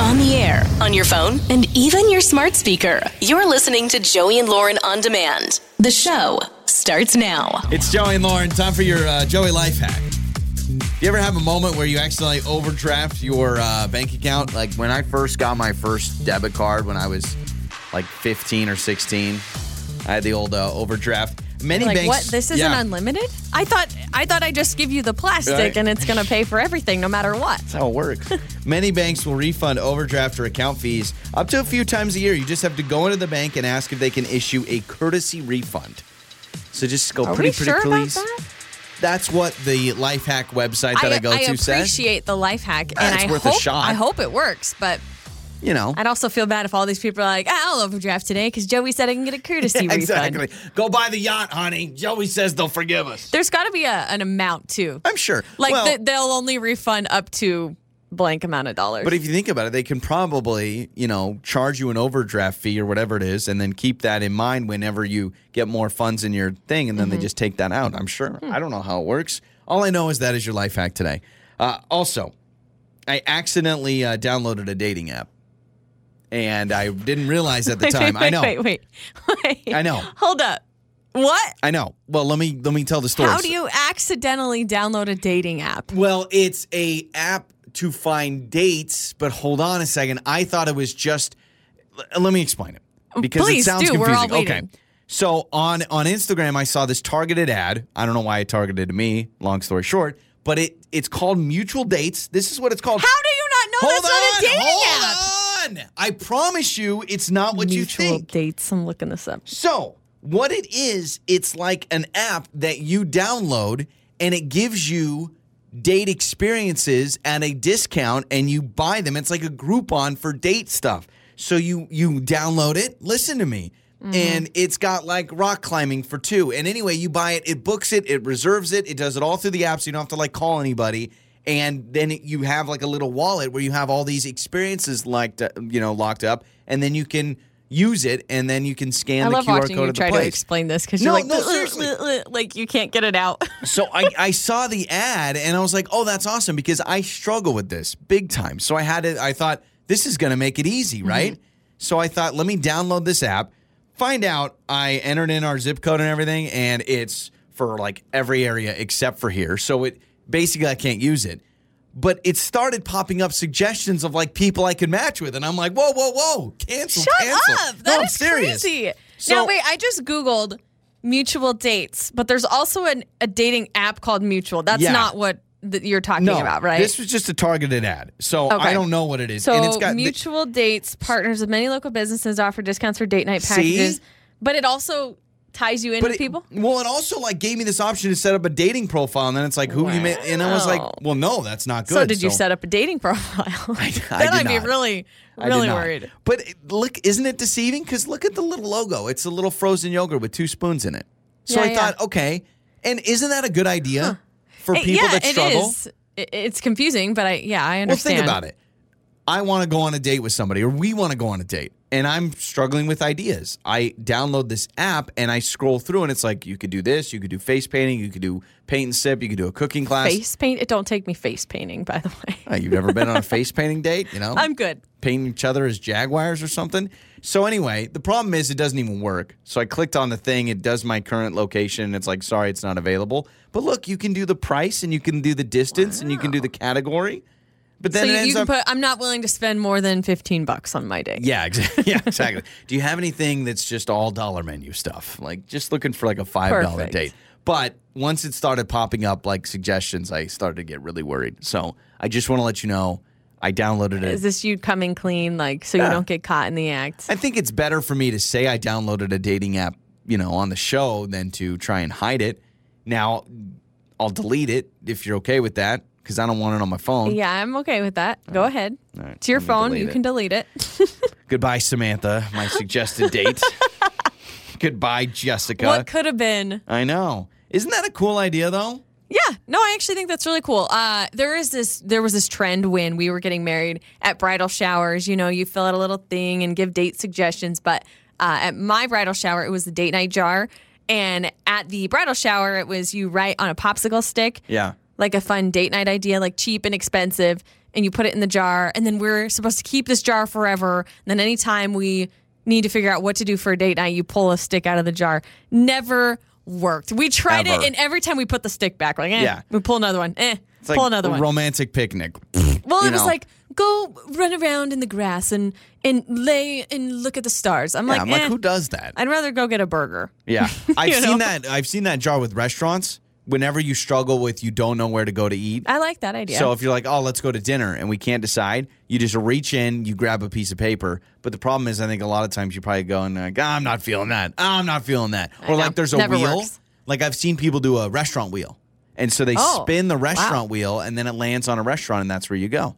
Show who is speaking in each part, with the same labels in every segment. Speaker 1: on the air, on your phone, and even your smart speaker. You're listening to Joey and Lauren on demand. The show starts now.
Speaker 2: It's Joey and Lauren. Time for your uh, Joey life hack. You ever have a moment where you accidentally overdraft your uh, bank account?
Speaker 3: like when I first got my first debit card when I was like 15 or 16, I had the old uh, overdraft. Many
Speaker 4: like
Speaker 3: banks.
Speaker 4: what? This isn't
Speaker 3: yeah.
Speaker 4: unlimited? I thought I thought I just give you the plastic
Speaker 3: Right.
Speaker 4: and it's gonna pay for everything no matter what.
Speaker 3: That's how it works.
Speaker 2: Many banks will refund overdraft or account fees up to a few times a year. You just have to go into the bank and ask if they can issue a courtesy refund. So just go
Speaker 4: Are
Speaker 2: pretty
Speaker 4: we
Speaker 2: pretty
Speaker 4: sure
Speaker 2: please.
Speaker 4: about that?
Speaker 2: That's what the life hack website that I, go to says.
Speaker 4: appreciate the life hack
Speaker 2: Ah,
Speaker 4: and
Speaker 2: it's
Speaker 4: I
Speaker 2: worth a
Speaker 4: hope
Speaker 2: shot.
Speaker 4: I hope it works, but
Speaker 2: You know.
Speaker 4: I'd also feel bad if all these people are like, ah, I'll overdraft today because Joey said I can get a courtesy
Speaker 2: Exactly.
Speaker 4: refund.
Speaker 2: Go buy the yacht, honey. Joey says they'll forgive us.
Speaker 4: There's got to be a, an amount too.
Speaker 2: I'm sure.
Speaker 4: Like
Speaker 2: Well-
Speaker 4: th- they'll only refund up to blank amount of dollars.
Speaker 2: But if you think about it, they can probably, you know, charge you an overdraft fee or whatever it is, and then keep that in mind whenever you get more funds in your thing, and then
Speaker 4: Mm-hmm.
Speaker 2: they just take that out. I'm sure.
Speaker 4: Hmm.
Speaker 2: I don't know how it works. All I know is that is your life hack today. Uh, also, I accidentally uh, downloaded a dating app, and I didn't realize at the
Speaker 4: wait,
Speaker 2: time.
Speaker 4: wait,
Speaker 2: I know.
Speaker 4: Wait, wait, wait.
Speaker 2: I know.
Speaker 4: Hold up. What?
Speaker 2: I know. Well, let me let me tell the story.
Speaker 4: How do you accidentally download a dating app?
Speaker 2: Well, it's a app to find dates, but hold on a second. I thought it was just. l- Let me explain it because it
Speaker 4: Oh, Please
Speaker 2: sounds
Speaker 4: do. We're
Speaker 2: confusing.
Speaker 4: all waiting.
Speaker 2: Okay. So on on Instagram, I saw this targeted ad. I don't know why it targeted to me. Long story short, but it it's called Mutual Dates. This is what it's called.
Speaker 4: How do you not know
Speaker 2: hold
Speaker 4: that's not a
Speaker 2: on,
Speaker 4: dating
Speaker 2: hold
Speaker 4: app?
Speaker 2: on. I promise you, it's not what
Speaker 4: Mutual
Speaker 2: you think.
Speaker 4: dates. I'm looking this up.
Speaker 2: So, what it is, it's like an app that you download and it gives you date experiences at a discount and you buy them. It's like a Groupon for date stuff. So you you download it, listen to me. And it's got like rock climbing for two. And anyway, you buy it, it books it, it reserves it, it does it all through the app so you don't have to like call anybody. And then it- you have like a little wallet where you have all these experiences like you know locked up and then you can use it and then you can scan
Speaker 4: I
Speaker 2: the
Speaker 4: love
Speaker 2: QR
Speaker 4: watching
Speaker 2: code
Speaker 4: you
Speaker 2: of the
Speaker 4: try to
Speaker 2: place.
Speaker 4: explain this because
Speaker 2: No,
Speaker 4: you're like,
Speaker 2: no,
Speaker 4: "Ugh, ugh,
Speaker 2: seriously."
Speaker 4: ugh, ugh," like you can't get it out.
Speaker 2: so I, I saw the ad and I was like, oh, that's awesome because I struggle with this big time. So I had it, I thought, this is going to make it
Speaker 4: Mm-hmm.
Speaker 2: easy, right? So I thought, let me download this app, find out. I entered in our zip code and everything, and it's for like every area except for here. So it basically, I can't use it. But it started popping up suggestions of like people I could match with. And I'm like, whoa, whoa, whoa, cancel,
Speaker 4: Shut
Speaker 2: cancel.
Speaker 4: up!
Speaker 2: no, I'm
Speaker 4: That is
Speaker 2: serious.
Speaker 4: crazy.
Speaker 2: So-
Speaker 4: now wait, I just googled mutual dates, but there's also an, a dating app called Mutual. That's
Speaker 2: Yeah.
Speaker 4: not what th- you're talking
Speaker 2: No,
Speaker 4: about, right?
Speaker 2: This was just a targeted ad. So I
Speaker 4: Okay.
Speaker 2: don't know what it is.
Speaker 4: so
Speaker 2: and it's got the-
Speaker 4: mutual dates partners of many local businesses offer discounts for date night
Speaker 2: See?
Speaker 4: packages, but it also ties you in with
Speaker 2: it-
Speaker 4: people.
Speaker 2: Well, it also like gave me this option to set up a dating profile, and then it's like who you met, and I was like,
Speaker 4: Wow.
Speaker 2: well, no, that's not good.
Speaker 4: So did you set up a dating profile?
Speaker 2: I- I
Speaker 4: then
Speaker 2: did
Speaker 4: I'd be
Speaker 2: not.
Speaker 4: really,
Speaker 2: I did
Speaker 4: really
Speaker 2: not.
Speaker 4: worried.
Speaker 2: But it- look, isn't it deceiving? Because look at the little logo. It's a little frozen yogurt with two spoons in it. So
Speaker 4: Yeah,
Speaker 2: I
Speaker 4: yeah.
Speaker 2: thought, okay, and isn't that a good idea for
Speaker 4: It-
Speaker 2: people
Speaker 4: yeah,
Speaker 2: that struggle?
Speaker 4: it is. It- It's confusing, but I yeah, I
Speaker 2: Well,
Speaker 4: understand.
Speaker 2: think about it. I want to go on a date with somebody, or we want to go on a date, and I'm struggling with ideas. I download this app and I scroll through, and it's like you could do this, you could do face painting, you could do paint and sip, you could do a cooking class.
Speaker 4: Face paint. It don't take me face painting, by the way.
Speaker 2: Oh, you've never been on a face painting date, you know?
Speaker 4: I'm good.
Speaker 2: Painting each other as jaguars or something. So anyway, the problem is it doesn't even work. So I clicked on the thing, it does my current location, and it's like, sorry, it's not available. But look, you can do the price and you can do the distance and you can do the category. But then
Speaker 4: so
Speaker 2: it
Speaker 4: you,
Speaker 2: ends
Speaker 4: you can
Speaker 2: up
Speaker 4: put. I'm not willing to spend more than 15 bucks on my date.
Speaker 2: Yeah, exactly. Yeah, exactly. Do you have anything that's just all dollar menu stuff? Like just looking for like a five dollar
Speaker 4: Perfect.
Speaker 2: date. But once it started popping up like suggestions, I started to get really worried. So I just want to let you know I downloaded it.
Speaker 4: Is this you coming clean, like so
Speaker 2: Yeah.
Speaker 4: you don't get caught in the act?
Speaker 2: I think it's better for me to say I downloaded a dating app, you know, on the show than to try and hide it. Now, I'll delete it if you're okay with that because I don't want it on my phone.
Speaker 4: yeah, I'm okay with that. Go ahead.
Speaker 2: right,
Speaker 4: To your
Speaker 2: let me
Speaker 4: phone,
Speaker 2: delete
Speaker 4: you
Speaker 2: it.
Speaker 4: can delete it.
Speaker 2: Goodbye, Samantha, my suggested date. Goodbye, Jessica.
Speaker 4: What could have been?
Speaker 2: I know. Isn't that a cool idea though?
Speaker 4: Yeah, no, I actually think that's really cool. Uh, there is this, there was this trend when we were getting married at bridal showers. You know, you fill out a little thing and give date suggestions. But uh, at my bridal shower, it was the date night jar, and at the bridal shower, it was you write on a popsicle stick,
Speaker 2: Yeah.
Speaker 4: like a fun date night idea, like cheap and expensive, and you put it in the jar. And then we're supposed to keep this jar forever. And then anytime we need to figure out what to do for a date night, you pull a stick out of the jar. Never worked. We tried
Speaker 2: Ever.
Speaker 4: it, and every time we put the stick back, we're like, eh,
Speaker 2: Yeah.
Speaker 4: we pull another one. Eh,
Speaker 2: It's
Speaker 4: pull
Speaker 2: like
Speaker 4: another
Speaker 2: a
Speaker 4: one.
Speaker 2: romantic picnic.
Speaker 4: Well,
Speaker 2: you
Speaker 4: it was
Speaker 2: know.
Speaker 4: like go run around in the grass and and lay and look at the stars. I'm
Speaker 2: Yeah,
Speaker 4: like,
Speaker 2: I'm like,
Speaker 4: eh,
Speaker 2: who does that?
Speaker 4: I'd rather go get a burger.
Speaker 2: Yeah.
Speaker 5: I've
Speaker 4: You
Speaker 5: seen
Speaker 4: know?
Speaker 5: that. I've seen that jar with restaurants. Whenever you struggle with you don't know where to go to eat.
Speaker 4: I like that idea.
Speaker 5: So if you're like, oh, let's go to dinner and we can't decide, you just reach in, you grab a piece of paper. But the problem is, I think a lot of times you probably go and like, "Ah, I'm not feeling that. Ah, I'm not feeling that. Or
Speaker 4: know.
Speaker 5: like there's a
Speaker 4: Never
Speaker 5: wheel.
Speaker 4: works.
Speaker 5: Like I've seen people do a restaurant wheel. And so they
Speaker 4: Oh,
Speaker 5: spin the
Speaker 4: wow.
Speaker 5: restaurant wheel and then it lands on a restaurant and that's where you go.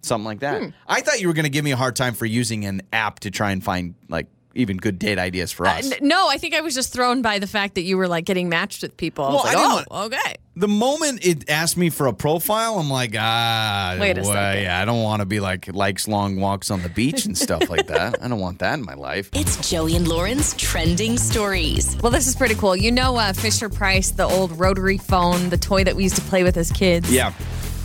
Speaker 5: Something like
Speaker 4: Hmm.
Speaker 5: that. I thought you were going to give me a hard time for using an app to try and find like even good date ideas for us.
Speaker 4: N- no, I think I was just thrown by the fact that you were like getting matched with people. I was
Speaker 5: Well,
Speaker 4: like,
Speaker 5: I didn't
Speaker 4: oh, okay.
Speaker 5: the moment it asked me for a profile, I'm like, ah,
Speaker 4: Wait a
Speaker 5: well,
Speaker 4: second.
Speaker 5: yeah, I don't want to be like likes long walks on the beach and stuff like that. I don't want that in my life.
Speaker 1: It's Joey and Lauren's trending stories.
Speaker 4: Well, this is pretty cool. You know, uh, Fisher Price, the old rotary phone, the toy that we used to play with as kids.
Speaker 2: yeah.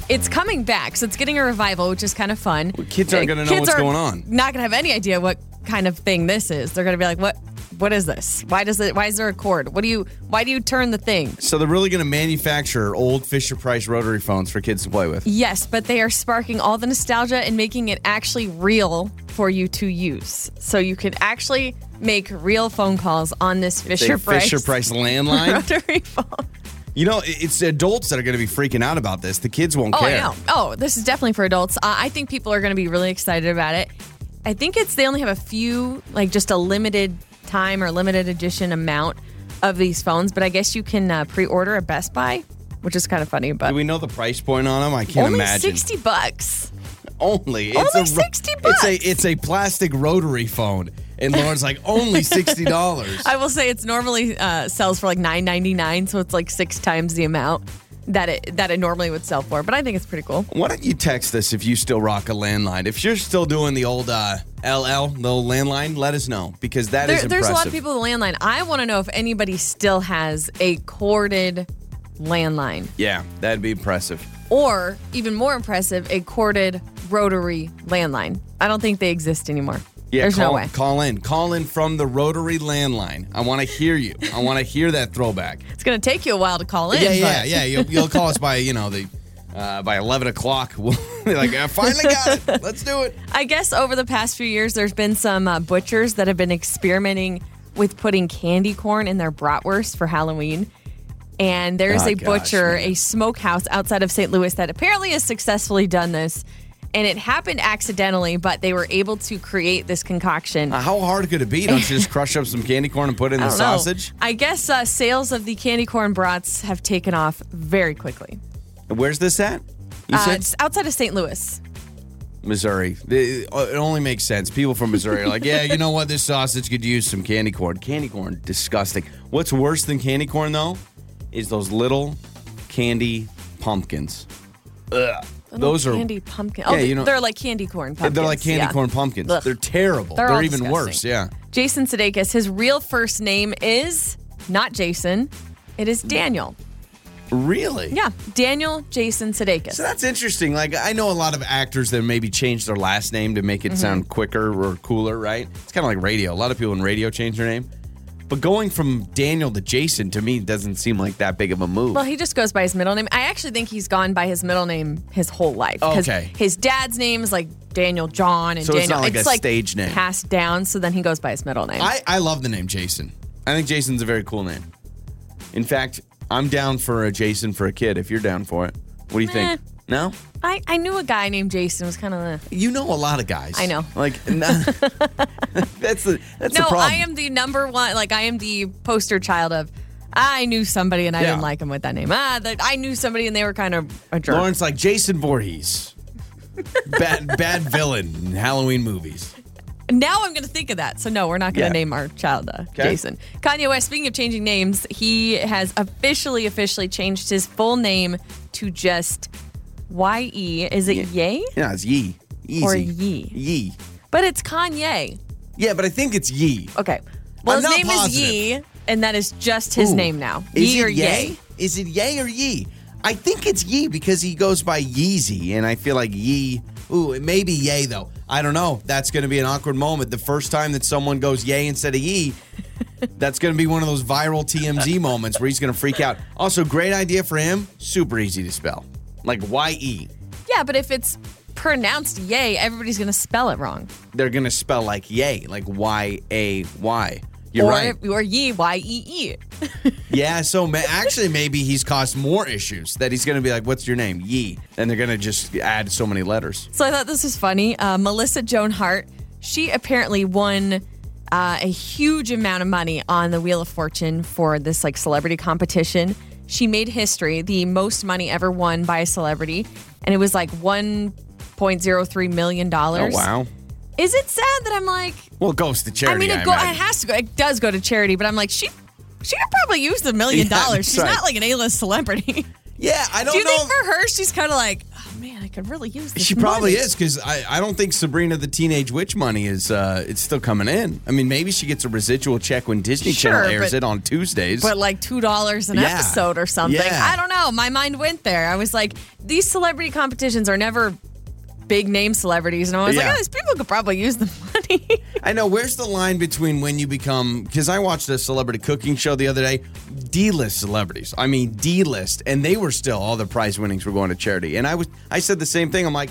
Speaker 4: It's coming back, so it's getting a revival, which is kind of fun.
Speaker 2: kids aren't
Speaker 4: Uh,
Speaker 2: gonna know
Speaker 4: kids
Speaker 2: what's
Speaker 4: are
Speaker 2: going on.
Speaker 4: Not gonna have any idea what kind of thing this is. They're gonna be like, what? What is this? Why does it? Why is there a cord? What do you? Why do you turn the thing?
Speaker 2: So they're really going to manufacture old Fisher Price rotary phones for kids to play with.
Speaker 4: Yes, but they are sparking all the nostalgia and making it actually real for you to use. So you could actually make real phone calls on this Fisher
Speaker 2: Big
Speaker 4: Price.
Speaker 2: Fisher Price landline.
Speaker 4: Rotary phone.
Speaker 2: you know, it- it's adults that are going to be freaking out about this. The kids won't
Speaker 4: Oh,
Speaker 2: care.
Speaker 4: I know. Oh, this is definitely for adults. Uh, I think people are going to be really excited about it. I think it's they only have a few, like just a limited time or limited edition amount of these phones. But I guess you can uh, pre-order at Best Buy, which is kind of funny. But
Speaker 2: Do we know the price point on them? I can't
Speaker 4: only
Speaker 2: imagine.
Speaker 4: sixty bucks.
Speaker 2: Only. It's
Speaker 4: Only
Speaker 2: a ro-
Speaker 4: 60
Speaker 2: It's
Speaker 4: bucks.
Speaker 2: a, it's a plastic rotary phone. And Lauren's like, only $60.
Speaker 4: I will say it's normally uh, sells for like nine ninety nine, so it's like six times the amount that it that it normally would sell for. But I think it's pretty cool.
Speaker 2: Why don't you text us if you still rock a landline? If you're still doing the old uh, LL, the old landline, let us know because that is
Speaker 4: There, there's a lot
Speaker 2: impressive.
Speaker 4: of people with landline. I want to know if anybody still has a corded landline,
Speaker 2: Yeah, that'd be impressive.
Speaker 4: or even more impressive, a corded rotary landline. I don't think they exist anymore.
Speaker 2: Yeah,
Speaker 4: there's
Speaker 2: call,
Speaker 4: no way.
Speaker 2: Call in, call in from the rotary landline. I want to hear you. I want to hear that throwback.
Speaker 4: It's gonna take you a while to call in.
Speaker 2: Yeah, yeah,
Speaker 4: but-
Speaker 2: yeah. You'll, you'll call us by you know the uh, by eleven o'clock. We'll be like, I finally got it. Let's do it.
Speaker 4: I guess over the past few years, there's been some uh, butchers that have been experimenting with putting candy corn in their bratwurst for Halloween. And there's
Speaker 2: Oh,
Speaker 4: a
Speaker 2: gosh,
Speaker 4: butcher,
Speaker 2: man.
Speaker 4: a smokehouse outside of St. Louis that apparently has successfully done this. And it happened accidentally, but they were able to create this concoction.
Speaker 2: Uh, How hard could it be? Don't you just crush up some candy corn and put it in the
Speaker 4: I don't know.
Speaker 2: sausage?
Speaker 4: I guess uh, sales of the candy corn brats have taken off very quickly.
Speaker 2: Where's this at? You
Speaker 4: Uh,
Speaker 2: said
Speaker 4: it's outside of St. Louis.
Speaker 2: Missouri. It it only makes sense. People from Missouri are like, yeah, you know what? This sausage could use some candy corn. Candy corn, disgusting. What's worse than candy corn, though, is those little candy pumpkins. Ugh. Those are.
Speaker 4: candy pumpkin. Oh,
Speaker 2: Yeah, you know-
Speaker 4: they're like candy corn pumpkins.
Speaker 2: They're like candy
Speaker 4: yeah.
Speaker 2: corn pumpkins.
Speaker 4: Ugh.
Speaker 2: They're terrible.
Speaker 4: They're
Speaker 2: They're,
Speaker 4: all
Speaker 2: even
Speaker 4: disgusting.
Speaker 2: worse. Yeah.
Speaker 4: Jason Sudeikis. His real first name is not Jason. It is Daniel.
Speaker 2: Really?
Speaker 4: Yeah, Daniel Jason
Speaker 2: So
Speaker 4: Sudeikis.
Speaker 2: that's interesting. Like I know a lot of actors that maybe change their last name to make it
Speaker 4: Mm-hmm.
Speaker 2: sound quicker or cooler, right? It's kind of like radio. A lot of people in radio change their name. But going from Daniel to Jason to me doesn't seem like that big of a move.
Speaker 4: Well, he just goes by his middle name. I actually think he's gone by his middle name his whole life. 'cause
Speaker 2: Okay.
Speaker 4: His dad's name is like Daniel John and
Speaker 2: So
Speaker 4: Daniel.
Speaker 2: it's not like a stage name.
Speaker 4: passed down. So then he goes by his middle name.
Speaker 2: I, I love the name Jason. I think Jason's a very cool name. In fact, I'm down for a Jason for a kid if you're down for it. What do you think?
Speaker 4: Meh.
Speaker 2: No?
Speaker 4: I, I knew a guy named Jason was kind of.
Speaker 2: You know a lot of guys.
Speaker 4: I know.
Speaker 2: Like no- that's the that's the
Speaker 4: No,
Speaker 2: problem.
Speaker 4: I am the number one. Like I am the poster child of. I knew somebody and I
Speaker 2: Yeah.
Speaker 4: didn't like him with that name. Ah, that I knew somebody and they were kind of a jerk.
Speaker 2: Lauren's like Jason Voorhees. bad bad villain in Halloween movies.
Speaker 4: Now I'm going to think of that. So no, we're not going to
Speaker 2: Yeah.
Speaker 4: name our child uh,
Speaker 2: Okay.
Speaker 4: Jason. Kanye West. Speaking of changing names, he has officially, officially changed his full name to just Y E. Is it Ye?
Speaker 2: Yeah, it's Yee. Easy.
Speaker 4: Or Yee.
Speaker 2: Yee.
Speaker 4: But it's Kanye.
Speaker 2: Yeah, but I think it's Yee.
Speaker 4: Okay. Well,
Speaker 2: I'm
Speaker 4: his
Speaker 2: not
Speaker 4: name is
Speaker 2: positive.
Speaker 4: Ye, and that is just his
Speaker 2: Ooh.
Speaker 4: name now.
Speaker 2: Is
Speaker 4: Ye
Speaker 2: it
Speaker 4: or
Speaker 2: yay?
Speaker 4: Ye?
Speaker 2: Is it Yay or Yee? I think it's Yee because he goes by Yeezy, and I feel like Yee. Ooh, it may be Yay though. I don't know. That's going to be an awkward moment. The first time that someone goes Yay instead of Yee, that's going to be one of those viral TMZ moments where he's going to freak out. Also, great idea for him. Super easy to spell, like Y E.
Speaker 4: Yeah, but if it's pronounced yay, everybody's going to spell it wrong.
Speaker 2: They're going to spell like Yay, like Y A Y. You're
Speaker 4: or,
Speaker 2: right.
Speaker 4: or ye, Y E E.
Speaker 2: Yeah, so ma- actually, maybe he's caused more issues that he's going to be like, What's your name? Yee. And they're going to just add so many letters.
Speaker 4: So I thought this was funny. Uh, Melissa Joan Hart, she apparently won uh, a huge amount of money on the Wheel of Fortune for this like celebrity competition. She made history, the most money ever won by a celebrity, and it was like one point zero three million
Speaker 3: Oh
Speaker 4: dollars.
Speaker 3: wow.
Speaker 4: Is it sad that I'm like?
Speaker 3: Well, it goes to
Speaker 4: I
Speaker 3: charity.
Speaker 4: mean, it, go, it
Speaker 3: imagine.
Speaker 4: has to go. It does go to charity, but I'm like she. She could probably use the million
Speaker 3: Yeah,
Speaker 4: dollars.
Speaker 3: that's
Speaker 4: She's
Speaker 3: right.
Speaker 4: not like an A-list celebrity.
Speaker 2: Yeah, I don't
Speaker 4: Do you
Speaker 2: know.
Speaker 4: think for her, she's kind of like, oh man, I could really use this.
Speaker 3: She probably
Speaker 4: money."
Speaker 3: is because I, I don't think Sabrina the Teenage Witch money is uh, it's still coming in. I mean, maybe she gets a residual check when Disney Channel
Speaker 4: Sure,
Speaker 3: airs
Speaker 4: but-
Speaker 3: it on Tuesdays.
Speaker 4: but like two dollars an
Speaker 3: Yeah.
Speaker 4: episode or something.
Speaker 3: Yeah.
Speaker 4: I don't know. My mind went there. I was like, these celebrity competitions are never big name celebrities, and I was
Speaker 3: Yeah.
Speaker 4: like, oh, these people could probably use the money.
Speaker 3: I know where's the line between when you become because I watched a celebrity cooking show the other day, D-list celebrities. I mean D-list, and they were still all the prize winnings were going to charity. And I was I said the same thing. I'm like,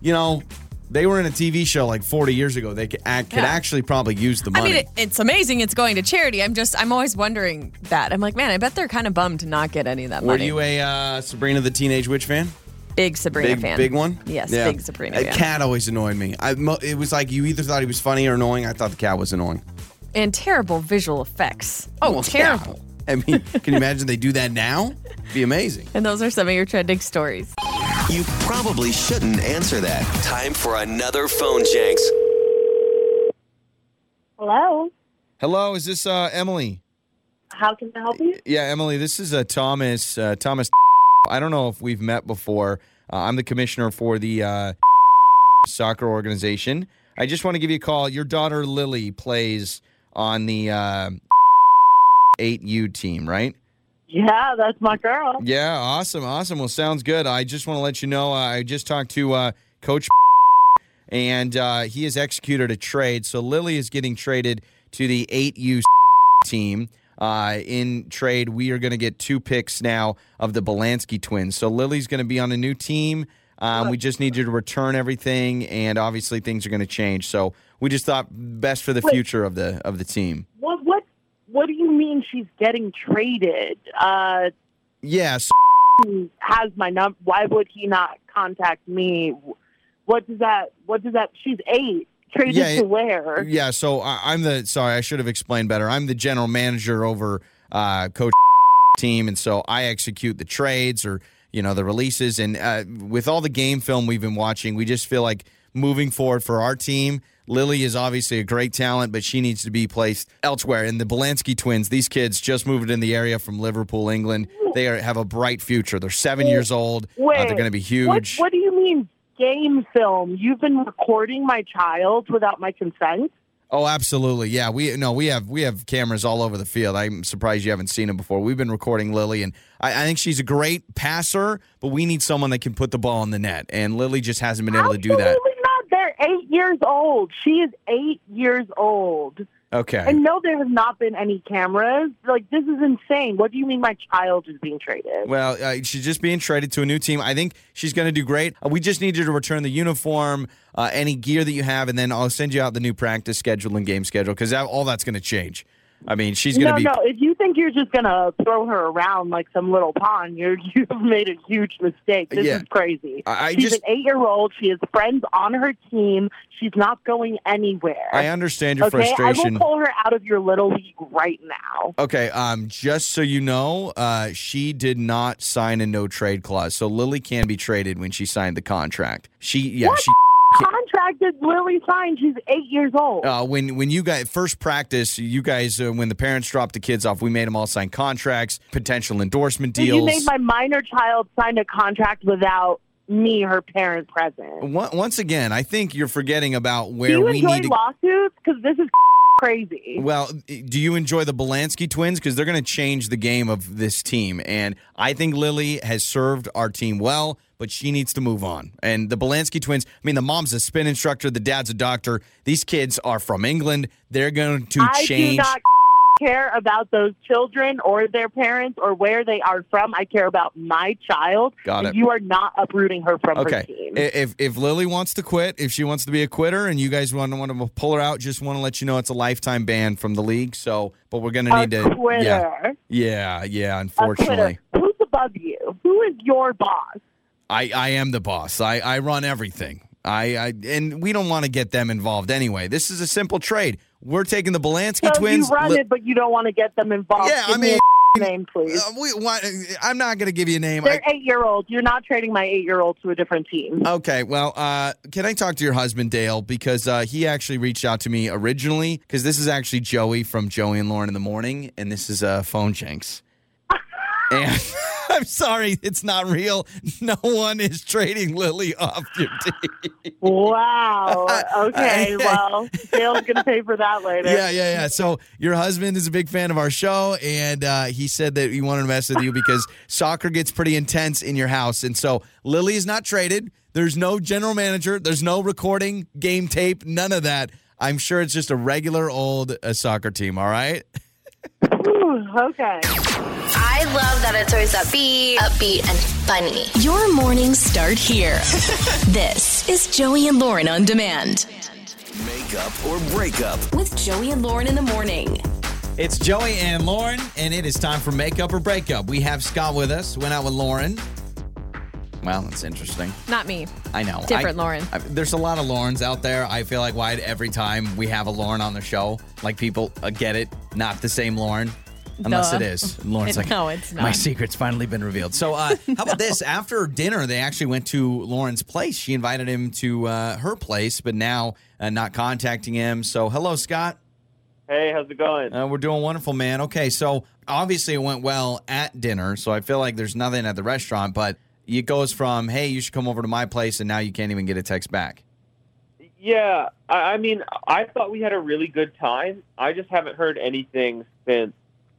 Speaker 3: you know, they were in a TV show like 40 years ago. They could, act, could
Speaker 4: Yeah.
Speaker 3: actually probably use the
Speaker 4: I
Speaker 3: money.
Speaker 4: mean, it, it's amazing. It's going to charity. I'm just, I'm always wondering that. I'm like, man, I bet they're kind of bummed to not get any of that
Speaker 3: were
Speaker 4: money.
Speaker 3: you a uh, Sabrina the Teenage Witch fan?
Speaker 4: big Sabrina
Speaker 3: big,
Speaker 4: fan?
Speaker 3: Big one?
Speaker 4: Yes,
Speaker 3: Yeah.
Speaker 4: big Sabrina
Speaker 3: Uh,
Speaker 4: fan.
Speaker 3: Cat always annoyed me. I, mo- it was like you either thought he was funny or annoying. I thought the cat was annoying.
Speaker 4: and terrible visual effects. Oh,
Speaker 3: Well,
Speaker 4: terrible.
Speaker 3: yeah. I mean, can you imagine they do that now? Be amazing.
Speaker 4: And those are some of your trending stories.
Speaker 6: You probably shouldn't answer that. Time for another phone janks.
Speaker 7: Hello.
Speaker 3: Hello, is this uh, Emily?
Speaker 7: How can I help you?
Speaker 3: Yeah, Emily, this is uh, Thomas. Uh, Thomas, I don't know if we've met before. Uh, I'm the commissioner for the uh, soccer organization. I just want to give you a call. Your daughter Lily plays on the uh, 8U team, right?
Speaker 7: Yeah, that's my girl.
Speaker 3: Yeah, awesome, awesome. Well, sounds good. I just want to let you know uh, I just talked to uh, Coach, and uh, he has executed a trade. So Lily is getting traded to the eight U team. Uh, in trade, we are going to get two picks now of the Balansky twins. So Lily's going to be on a new team. Um, we just need you to return everything, and obviously things are going to change. So we just thought best for the future of the of the team.
Speaker 7: What what what do you mean she's getting traded? Uh
Speaker 3: Yeah,
Speaker 7: has my num why would he not contact me? What does that what does that she's eight. Traded
Speaker 3: Yeah,
Speaker 7: to
Speaker 3: it-
Speaker 7: where?
Speaker 3: Yeah, so I, I'm the sorry, I should have explained better. I'm the general manager over uh, coach team, and so I execute the trades or you know the releases. And uh, with all the game film we've been watching, we just feel like moving forward for our team. Lily is obviously a great talent, but she needs to be placed elsewhere. And the Belansky twins, these kids just moved in the area from Liverpool, England. They are, have a bright future. They're seven years old. Uh,
Speaker 7: Wait,
Speaker 3: they're going to be huge.
Speaker 7: What what do you mean game film? You've been recording my child without my consent?
Speaker 3: Oh, absolutely. Yeah, we no, we have we have cameras all over the field. I'm surprised you haven't seen them before. We've been recording Lily, and I, I think she's a great passer, but we need someone that can put the ball in the net, and Lily just hasn't been able to do that.
Speaker 7: Absolutely not. They're eight years old. She is eight years old.
Speaker 3: Okay.
Speaker 7: And no, there have not been any cameras. Like, this is insane. What do you mean my child is being traded?
Speaker 3: Well, uh, she's just being traded to a new team. I think she's going to do great. Uh, we just need you to return the uniform, uh, any gear that you have, and then I'll send you out the new practice schedule and game schedule because that, all that's going to change. I mean, she's going to
Speaker 7: No,
Speaker 3: be
Speaker 7: no. If you think you're just going to throw her around like some little pawn, you're, you've made a huge mistake. This
Speaker 3: Yeah.
Speaker 7: is crazy.
Speaker 3: I- I
Speaker 7: She's
Speaker 3: just-
Speaker 7: an eight year old. She has friends on her team. She's not going anywhere.
Speaker 3: I understand your
Speaker 7: okay? I
Speaker 3: frustration.
Speaker 7: will pull her out of your little league right now.
Speaker 3: Okay, um, just so you know, uh, she did not sign a no trade clause, so Lily can be traded when she signed the contract. She, yeah,
Speaker 7: What?
Speaker 3: she.
Speaker 7: Contract is Lily signed. She's eight years old.
Speaker 3: Uh, when when you guys first practice, you guys uh, when the parents dropped the kids off, we made them all sign contracts, potential endorsement
Speaker 7: Dude,
Speaker 3: deals.
Speaker 7: You made my minor child sign a contract without me, her parent, present.
Speaker 3: Wa- Once again, I think you're forgetting about
Speaker 7: Do
Speaker 3: where
Speaker 7: you
Speaker 3: we
Speaker 7: enjoy
Speaker 3: need to.
Speaker 7: lawsuits? Because this is
Speaker 8: crazy.
Speaker 3: Well, do you enjoy the Belansky twins? Because they're going to change the game of this team. And I think Lily has served our team well, but she needs to move on. And the Belansky twins, I mean, the mom's a spin instructor, the dad's a doctor. These kids are from England. They're going to
Speaker 8: I do
Speaker 3: change.
Speaker 8: not care about those children or their parents or where they are from. I care about my child.
Speaker 3: Got
Speaker 8: and
Speaker 3: it.
Speaker 8: You are not uprooting her from her
Speaker 3: Okay.
Speaker 8: team.
Speaker 3: I- If if Lily wants to quit, if she wants to be a quitter, and you guys want to want to pull her out, just want to let you know it's a lifetime ban from the league. So, but we're gonna
Speaker 8: a
Speaker 3: need to.
Speaker 8: quitter.
Speaker 3: Yeah, yeah, yeah.
Speaker 8: A
Speaker 3: Unfortunately,
Speaker 8: quitter. Who's above you? Who is your boss?
Speaker 3: I, I am the boss. I, I run everything. I, I and we don't want to get them involved anyway. This is a simple trade. We're taking the Belansky
Speaker 8: So
Speaker 3: twins.
Speaker 8: you run
Speaker 3: Li-
Speaker 8: it, but you don't want to get them involved.
Speaker 3: Yeah, I
Speaker 8: Give me
Speaker 3: mean,
Speaker 8: a name, please.
Speaker 3: Uh, we, why, I'm not going to give you a name.
Speaker 8: They're
Speaker 3: I-
Speaker 8: eight year olds. You're not trading my eight year old to a different team.
Speaker 3: okay, well, uh, can I talk to your husband Dale because uh, he actually reached out to me originally because this is actually Joey from Joey and Lauren in the morning, and this is uh, phone jinx. and I'm sorry, it's not real. No one is trading Lily off your team.
Speaker 8: Wow. Okay.
Speaker 3: I-
Speaker 8: well, Dale's gonna pay for that later.
Speaker 3: Yeah, yeah, yeah. So your husband is a big fan of our show, and uh, he said that he wanted to mess with you because soccer gets pretty intense in your house, and so Lily is not traded. There's no general manager. There's no recording, game tape, none of that. I'm sure it's just a regular old uh, soccer team. All right.
Speaker 8: Whew, okay.
Speaker 9: I love that it's always upbeat, upbeat, and funny.
Speaker 1: Your mornings start here. this is Joey and Lauren on demand
Speaker 6: Makeup or breakup.
Speaker 1: with Joey and Lauren in the morning.
Speaker 3: It's Joey and Lauren, and it is time for makeup or breakup. We have Scott with us. Went out with Lauren. Well, that's interesting.
Speaker 4: Not me.
Speaker 3: I know.
Speaker 4: Different
Speaker 3: I-
Speaker 4: Lauren.
Speaker 3: I- there's a lot of Laurens out there. I feel like why every time we have a Lauren on the show, like people uh, get it, not the same Lauren. Unless
Speaker 4: Duh.
Speaker 3: it is. And Lauren's
Speaker 4: It-
Speaker 3: like,
Speaker 4: no, it's not.
Speaker 3: My secret's finally been revealed. So, uh, how about this? After dinner, they actually went to Lauren's place. She invited him to uh, her place, but now uh, not contacting him. So, hello, Scott.
Speaker 10: Hey, how's it going?
Speaker 3: Uh, we're doing wonderful, man. Okay, so obviously it went well at dinner, so I feel like there's nothing at the restaurant, but it goes from, hey, you should come over to my place, and now you can't even get a text back.
Speaker 10: yeah, I, I mean, I thought we had a really good time. I just haven't heard anything since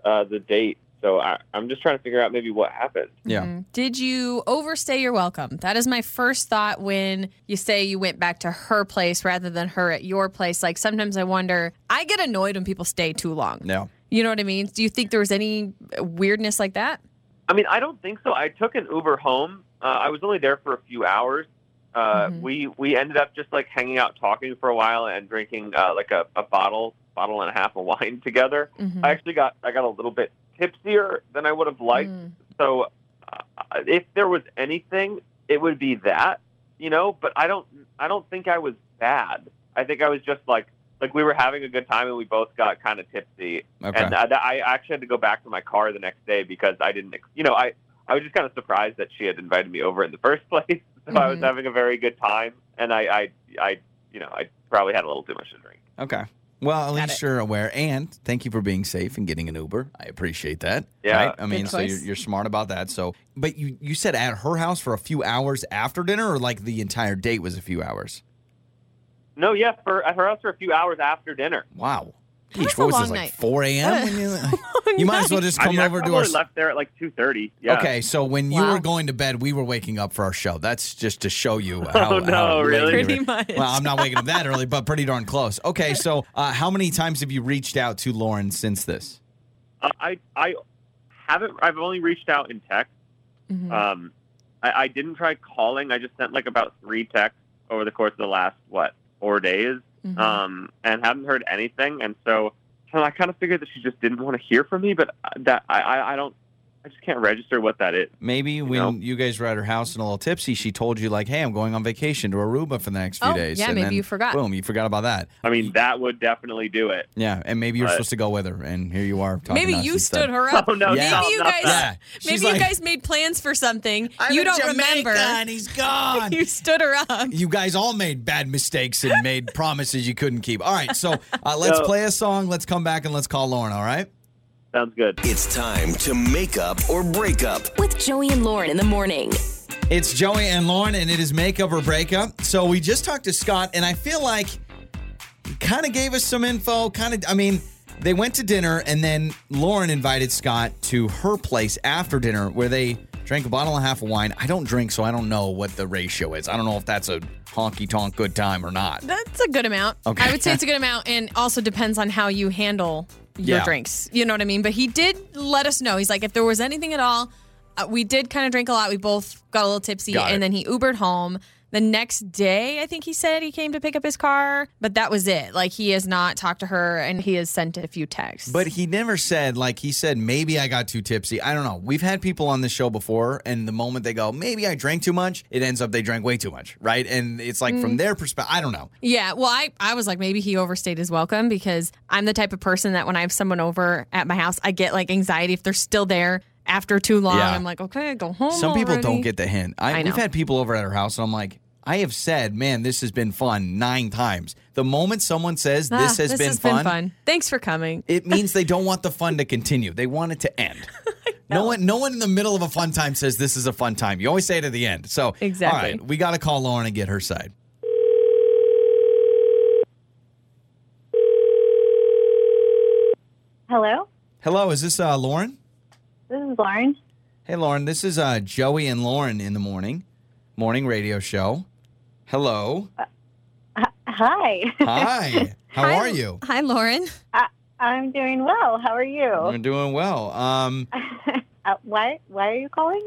Speaker 10: uh, the date, so I, I'm just trying to figure out maybe what happened.
Speaker 3: Yeah.
Speaker 4: Mm. Did you overstay your welcome? That is my first thought when you say you went back to her place rather than her at your place. Like sometimes I wonder, I get annoyed when people stay too long.
Speaker 3: No.
Speaker 4: You know what I mean? Do you think there was any weirdness like that?
Speaker 10: I mean, I don't think so. I took an Uber home. Uh, I was only there for a few hours. Uh,
Speaker 4: Mhm.
Speaker 10: We we ended up just like hanging out, talking for a while, and drinking uh, like a, a bottle bottle and a half of wine together.
Speaker 4: Mhm.
Speaker 10: I actually got I got a little bit tipsier than I would have liked.
Speaker 4: Mm.
Speaker 10: So uh, if there was anything, it would be that, you know. But I don't, I don't think I was bad. I think I was just like, like we were having a good time and we both got kind of tipsy.
Speaker 3: Okay.
Speaker 10: And I, I actually had to go back to my car the next day because I didn't, ex- you know, I, I was just kind of surprised that she had invited me over in the first place. So I was
Speaker 4: Mhm.
Speaker 10: having a very good time, and I, I, I, you know, I probably had a little too much to drink.
Speaker 3: okay. Well, at
Speaker 4: Got it.
Speaker 3: least you're aware, and thank you for being safe and getting an Uber. I appreciate that.
Speaker 10: Yeah.
Speaker 3: right? I mean, so
Speaker 4: choice.
Speaker 3: you're, you're smart about that. So, but you you said at her house for a few hours after dinner, or like the entire date was a few hours.
Speaker 10: No, yeah, for at her house for a few hours after dinner.
Speaker 3: Wow.
Speaker 4: was
Speaker 3: what
Speaker 4: a
Speaker 3: was this
Speaker 4: long
Speaker 3: like
Speaker 4: night.
Speaker 3: 4 a.m. you might as well just come
Speaker 10: I mean,
Speaker 3: over to
Speaker 10: I
Speaker 3: our.
Speaker 10: probably left there at like two thirty. Yeah.
Speaker 3: Okay, so when you
Speaker 4: Uh, Wow.
Speaker 3: were going to bed, we were waking up for our show. That's just to show you how.
Speaker 4: Oh,
Speaker 10: Oh, no,
Speaker 3: how late
Speaker 10: really?
Speaker 3: you were-
Speaker 4: Pretty much.
Speaker 3: Well, I'm not waking up that early, but pretty darn close. Okay, so uh, how many times have you reached out to Lauren since this?
Speaker 10: Uh, I I haven't. I've only reached out in text.
Speaker 4: Mhm.
Speaker 3: Uh,
Speaker 10: Um, I, I didn't try calling. I just sent like about three texts over the course of the last what four days,
Speaker 3: uh,
Speaker 4: Mhm.
Speaker 10: um, and haven't heard anything. And so, so I kind of figured that she just didn't want to hear from me. But uh, that I, I, I don't. I just can't register what that is.
Speaker 3: Maybe when
Speaker 10: know.
Speaker 3: you guys were at her house and a little tipsy, she told you like, "Hey, I'm going on vacation to Aruba for the next few
Speaker 4: Oh,
Speaker 3: days."
Speaker 4: yeah,
Speaker 3: and
Speaker 4: maybe
Speaker 3: then,
Speaker 4: you forgot.
Speaker 3: Boom, you forgot about that.
Speaker 10: I mean, that would definitely do it.
Speaker 3: Yeah, and maybe you're
Speaker 10: Right.
Speaker 3: supposed to go with her, and here you are. Talking
Speaker 4: Maybe
Speaker 3: to us
Speaker 4: you
Speaker 3: instead.
Speaker 4: stood her up.
Speaker 10: Oh, no,
Speaker 4: maybe
Speaker 3: stop,
Speaker 4: you
Speaker 10: not
Speaker 4: guys
Speaker 3: Yeah,
Speaker 4: maybe
Speaker 3: she's
Speaker 4: you
Speaker 3: like,
Speaker 4: guys made plans for something.
Speaker 3: "I'm
Speaker 4: you
Speaker 3: in
Speaker 4: don't
Speaker 3: Jamaica
Speaker 4: remember.
Speaker 3: and he's gone.
Speaker 4: You stood her up.
Speaker 3: you guys all made bad mistakes and made promises you couldn't keep. All right, so uh, let's
Speaker 10: No.
Speaker 3: play a song. Let's come back and let's call Lauren. All right.
Speaker 10: Sounds good.
Speaker 6: It's time to make up or break up.
Speaker 1: With Joey and Lauren in the morning.
Speaker 3: It's Joey and Lauren, and it is makeup or breakup. So we just talked to Scott, and I feel like
Speaker 2: kind of gave us some info. Kind of, I mean, they went to dinner and then Lauren invited Scott to her place after dinner where they drank a bottle and a half of wine. I don't drink, so I don't know what the ratio is. I don't know if that's a honky tonk good time or not.
Speaker 4: That's a good amount.
Speaker 2: Okay.
Speaker 4: I would say it's a good amount and also depends on how you handle your
Speaker 2: Yeah.
Speaker 4: drinks. You know what I mean? But he did let us know. He's like, if there was anything at all, uh, we did kind of drink a lot. We both got a little tipsy
Speaker 2: Got it.
Speaker 4: and then he Ubered home. The next day, I think he said he came to pick up his car, but that was it. Like, he has not talked to her and he has sent a few texts.
Speaker 2: But he never said, like, he said, maybe I got too tipsy. I don't know. We've had people on this show before, and the moment they go, maybe I drank too much, it ends up they drank way too much, right? And it's like from their perspective, I don't know.
Speaker 4: Yeah, well, I, I was like, maybe he overstayed his welcome because I'm the type of person that when I have someone over at my house, I get like anxiety if they're still there after too long.
Speaker 2: Yeah.
Speaker 4: I'm like, okay, go home.
Speaker 2: Some people don't
Speaker 4: already.
Speaker 2: get the hint. I,
Speaker 4: I
Speaker 2: We've
Speaker 4: know.
Speaker 2: had people over at our house, and I'm like, I have said, man, this has been fun nine times. The moment someone says
Speaker 4: Ah,
Speaker 2: this has, been, fun,
Speaker 4: Thanks for coming.
Speaker 2: it means they don't want the fun to continue. They want it to end. No one, no one in the middle of a fun time says this is a fun time. You always say it at the end. So,
Speaker 4: Exactly.
Speaker 2: all right, we got to call Lauren and get her side.
Speaker 7: Hello,
Speaker 2: Hello, is this uh, Lauren?
Speaker 7: this is Lauren.
Speaker 2: Hey, Lauren, this is uh, Joey and Lauren in the morning, morning radio show. Hello.
Speaker 7: Hi.
Speaker 2: Hi. How
Speaker 4: Hi,
Speaker 2: are you?
Speaker 4: Hi, Lauren.
Speaker 7: I'm doing well. How are you?
Speaker 2: I'm doing well. Um,
Speaker 7: Uh, why Why are you calling?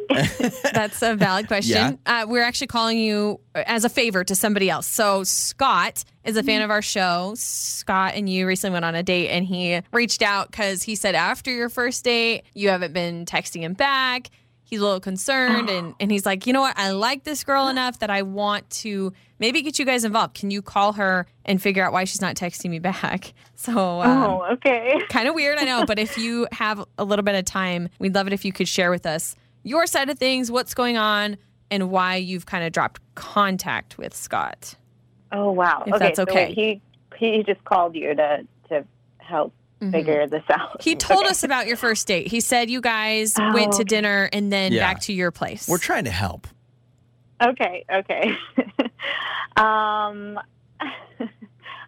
Speaker 4: That's a valid question. Uh, we're actually calling you uh, as a favor to somebody else. So, Scott is a fan of our show. Scott and you recently went on a date, and he reached out because he said after your first date, you haven't been texting him back. He's a little concerned, and, and he's like, you know what? I like this girl enough that I want to maybe get you guys involved. Can you call her and figure out why she's not texting me back? So, um,
Speaker 7: oh, okay.
Speaker 4: kind of weird, I know, but if you have a little bit of time, we'd love it if you could share with us your side of things, what's going on, and why you've kind of dropped contact with Scott.
Speaker 7: Oh, wow.
Speaker 4: If
Speaker 7: okay,
Speaker 4: that's
Speaker 7: so
Speaker 4: okay.
Speaker 7: he he just called you to to help figure this out.
Speaker 4: Mm-hmm. He told
Speaker 7: Okay.
Speaker 4: us about your first date. He said you guys
Speaker 7: Oh,
Speaker 4: went to
Speaker 7: okay.
Speaker 4: dinner and then
Speaker 2: Yeah.
Speaker 4: back to your place.
Speaker 2: we're trying to help.
Speaker 7: Okay, okay. um,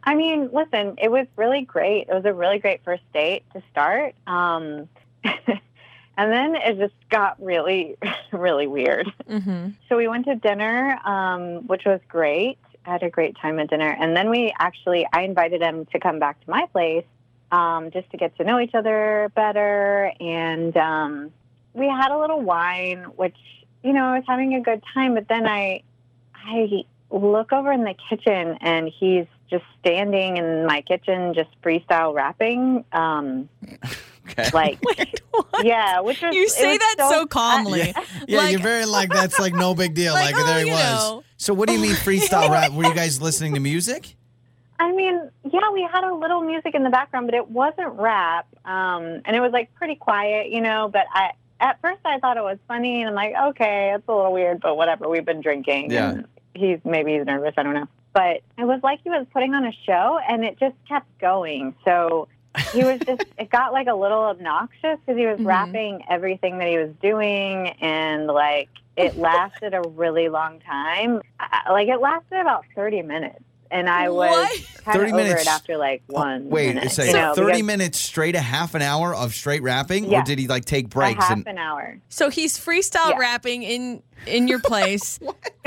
Speaker 7: I mean, listen, it was really great. It was a really great first date to start. Um, and then it just got really, really weird.
Speaker 4: hmm
Speaker 7: So we went to dinner, um, which was great. I had a great time at dinner. And then we actually, I invited him to come back to my place um, just to get to know each other better. And um, we had a little wine, which, you know, I was having a good time. But then I, I look over in the kitchen and he's just standing in my kitchen, just freestyle rapping. Um,
Speaker 2: Okay.
Speaker 7: like, yeah, which was,
Speaker 4: You
Speaker 7: it
Speaker 4: say
Speaker 7: was
Speaker 4: that so,
Speaker 7: I-
Speaker 4: calmly.
Speaker 2: Yeah, yeah
Speaker 4: Like-
Speaker 2: you're very like that's like no big deal.
Speaker 4: Like,
Speaker 2: Like,
Speaker 4: oh,
Speaker 2: there he
Speaker 4: you
Speaker 2: was.
Speaker 4: know.
Speaker 2: So what do you mean freestyle rap? Were you guys listening to music?
Speaker 7: I mean, yeah, we had a little music in the background, but it wasn't rap, um, and it was like pretty quiet, you know. But I, at first, I thought it was funny, and I'm like, okay, it's a little weird, but whatever. We've been drinking.
Speaker 2: Yeah.
Speaker 7: And he's maybe he's nervous. I don't know. But it was like he was putting on a show, and it just kept going. So he was just. it got like a little obnoxious because he was
Speaker 4: Mhm.
Speaker 7: rapping everything that he was doing, and like it lasted a really long time. I, like it lasted about 30 minutes. And I was
Speaker 4: What?
Speaker 2: 30
Speaker 7: kind of over
Speaker 2: minutes.
Speaker 7: it after like one.
Speaker 2: Wait,
Speaker 7: minute,
Speaker 2: it's like
Speaker 7: you know,
Speaker 2: 30
Speaker 7: because
Speaker 2: minutes straight, a half an hour of straight rapping,
Speaker 7: Yeah.
Speaker 2: or did he like take
Speaker 7: a
Speaker 2: breaks?
Speaker 4: Uh-huh.
Speaker 7: half
Speaker 2: and
Speaker 7: an hour.
Speaker 4: So he's freestyle
Speaker 7: Yeah.
Speaker 4: rapping in in your place.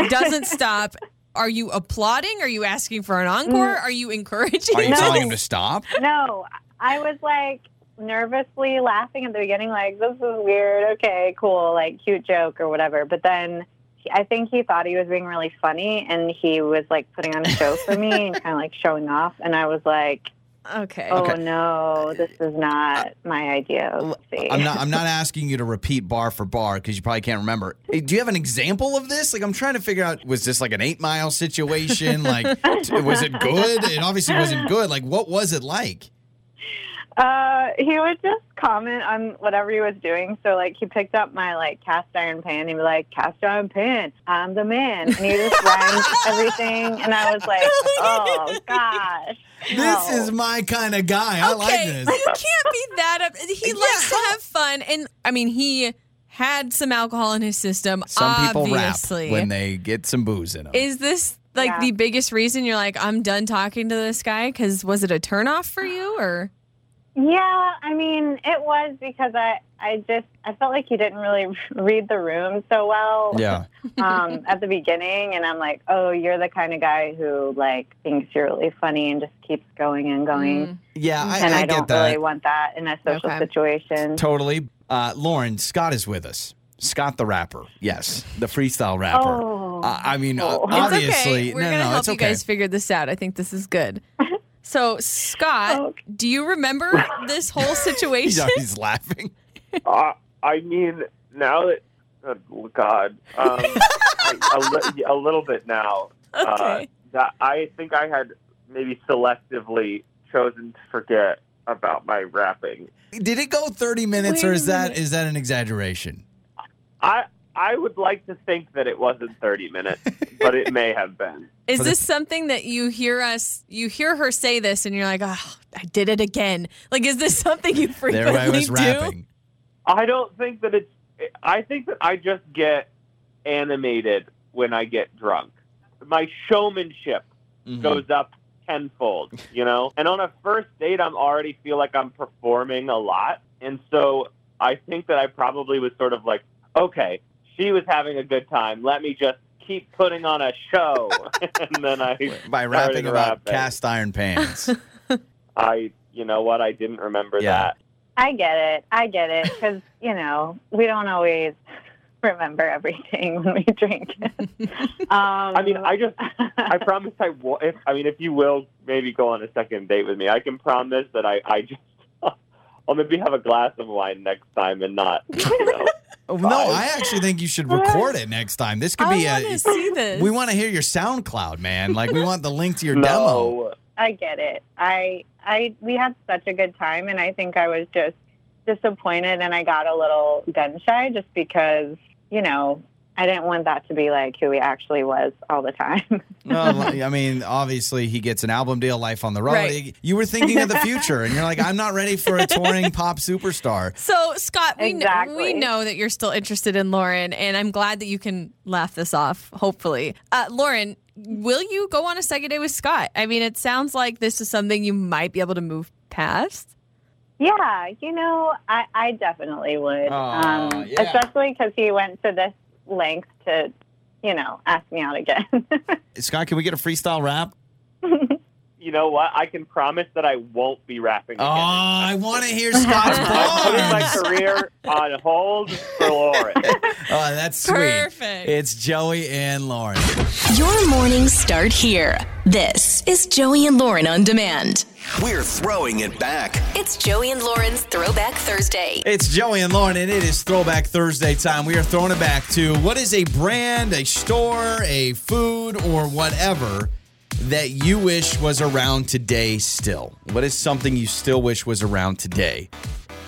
Speaker 4: doesn't stop. Are you applauding? Are you asking for an encore? Are you encouraging?
Speaker 2: are you
Speaker 7: No.
Speaker 2: telling him to stop?
Speaker 7: No, I was like nervously laughing at the beginning, like this is weird. Okay, cool, like cute joke or whatever. But then he- I think he thought he was being really funny, and he was like putting on a show for me and kind of like showing off. And I was like,
Speaker 4: Okay.
Speaker 7: oh
Speaker 2: Okay.
Speaker 7: no, this is not my idea. Of safety.
Speaker 2: I'm not. I'm not asking you to repeat bar for bar because you probably can't remember. Hey, Do you have an example of this? Like, I'm trying to figure out. Was this like an eight mile situation? Like, t- was it good? It obviously wasn't good. Like, what was it like?
Speaker 7: Uh, he would just comment on whatever he was doing. So like he picked up my like cast iron pan and he'd be like, Cast iron pan, I'm the man and he just rhymed everything and I was like, Oh gosh.
Speaker 2: This
Speaker 7: no."
Speaker 2: is my kind of guy. I like
Speaker 4: okay,
Speaker 2: this.
Speaker 4: you can't be that up. He likes to have fun, and I mean, he had some alcohol in his system.
Speaker 2: Some people
Speaker 4: obviously.
Speaker 2: rap when they get some booze in them.
Speaker 4: Is this like
Speaker 7: Yeah.
Speaker 4: the biggest reason you're like, I'm done talking to this guy? Because was it a turnoff for you or?
Speaker 7: Yeah, I mean, it was because I, I just, I felt like you didn't really read the room so well
Speaker 3: Yeah.
Speaker 7: um, at the beginning, and I'm like, oh, you're the kind of guy who like thinks you're really funny and just keeps going and going,
Speaker 4: Mm.
Speaker 2: Yeah, I,
Speaker 7: and I,
Speaker 2: get
Speaker 7: don't
Speaker 2: that.
Speaker 7: really want that in a social
Speaker 4: Okay.
Speaker 7: situation.
Speaker 3: Totally. Uh, Lauren, Scott is with us. Scott the rapper. Yes, the freestyle rapper.
Speaker 7: Oh.
Speaker 3: Uh, I mean, uh,
Speaker 7: Oh. It's okay.
Speaker 4: it's
Speaker 3: obviously.
Speaker 4: okay. We're
Speaker 3: no,
Speaker 4: gonna
Speaker 3: no,
Speaker 4: help
Speaker 3: it's
Speaker 4: you
Speaker 3: okay.
Speaker 4: guys figure this out. I think this is good. So Scott,
Speaker 7: Okay.
Speaker 4: do you remember this whole
Speaker 3: He's,
Speaker 4: situation?
Speaker 3: he's laughing.
Speaker 10: Uh, I mean, now that oh, God, um, I- a, li- a little bit now. Uh,
Speaker 4: Okay.
Speaker 10: that I think I had maybe selectively chosen to forget about my rapping.
Speaker 2: Did it go 30 minutes
Speaker 4: Wait
Speaker 2: or
Speaker 4: a
Speaker 2: is that
Speaker 4: minute.
Speaker 2: is that an exaggeration?
Speaker 10: I I would like to think that it wasn't 30 minutes, but it may have been.
Speaker 4: Is this something that you hear us, you hear her say this, and you're like, oh, I did it again? Like, is this something you
Speaker 2: There
Speaker 4: frequently
Speaker 2: I was
Speaker 4: do?
Speaker 2: rapping.
Speaker 10: I don't think that it's. I think that I just get animated when I get drunk. My showmanship
Speaker 2: Mm-hmm.
Speaker 10: goes up tenfold, you know? And on a first date, I'm already feel like I'm performing a lot. And so I think that I probably was sort of like, okay, she was having a good time. Let me just keep putting on a show. and then I,
Speaker 2: By
Speaker 10: started
Speaker 2: rapping about
Speaker 10: rapping.
Speaker 2: cast iron pans.
Speaker 10: I, you know what? I didn't remember
Speaker 3: Yeah.
Speaker 10: that.
Speaker 7: I get it. I get it because you know we don't always remember everything when we drink. um,
Speaker 10: I mean, I just, I promise I will. If, I mean, if you will, maybe go on a second date with me. I can promise that I, I just, I'll maybe have a glass of wine next time and not. You know.
Speaker 2: Oh, no, I actually think you should record it next time. This could
Speaker 4: I
Speaker 2: be
Speaker 4: want
Speaker 2: a
Speaker 4: to see this.
Speaker 2: We want to hear your SoundCloud, man. Like we want the link to your demo.
Speaker 10: no.
Speaker 7: I get it. I I we had such a good time, and I think I was just disappointed, and I got a little gun shy just because you know I didn't want that to be like who he actually was all the time.
Speaker 2: Well, I mean, obviously he gets an album deal, Life on the Road.
Speaker 4: Right.
Speaker 2: You were thinking of the future and you're like, I'm not ready for a touring pop superstar.
Speaker 4: So, Scott, we, kn- we
Speaker 7: Exactly.
Speaker 4: know that you're still interested in Lauren, and I'm glad that you can laugh this off, hopefully. Uh, Lauren, will you go on a second date with Scott? I mean, it sounds like this is something you might be able to move past.
Speaker 7: Yeah, you know, I, I definitely would.
Speaker 3: Aw,
Speaker 7: um,
Speaker 3: yeah.
Speaker 7: Especially because he went to this length to, you know, ask me out again.
Speaker 3: Scott, can we get a freestyle rap?
Speaker 10: You know what? I can promise that I won't be rapping.
Speaker 2: Oh,
Speaker 10: again.
Speaker 2: I want to hear Scott's
Speaker 10: I'm
Speaker 2: bars.
Speaker 10: putting my career on hold for Lauren.
Speaker 2: Oh, that's sweet.
Speaker 4: Perfect.
Speaker 2: It's Joey and Lauren.
Speaker 1: Your mornings start here. This is Joey and Lauren on demand.
Speaker 6: We're throwing it back.
Speaker 1: It's Joey and Lauren's Throwback Thursday.
Speaker 2: It's Joey and Lauren, and it is Throwback Thursday time. We are throwing it back to what is a brand, a store, a food, or whatever that you wish was around today still? What is something you still wish was around today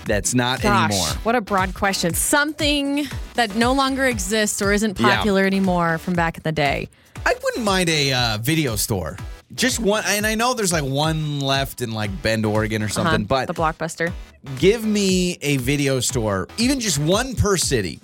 Speaker 2: that's not
Speaker 4: Gosh,
Speaker 2: anymore?
Speaker 4: what a broad question. Something that no longer exists or isn't
Speaker 2: Yeah.
Speaker 4: popular anymore from back in the day.
Speaker 2: I wouldn't mind a uh, video store. Just one, and I know there's like one left in like Bend, Oregon or something,
Speaker 4: Huh?
Speaker 2: but
Speaker 4: Uh-huh. the blockbuster.
Speaker 2: give me a video store, even just one per city.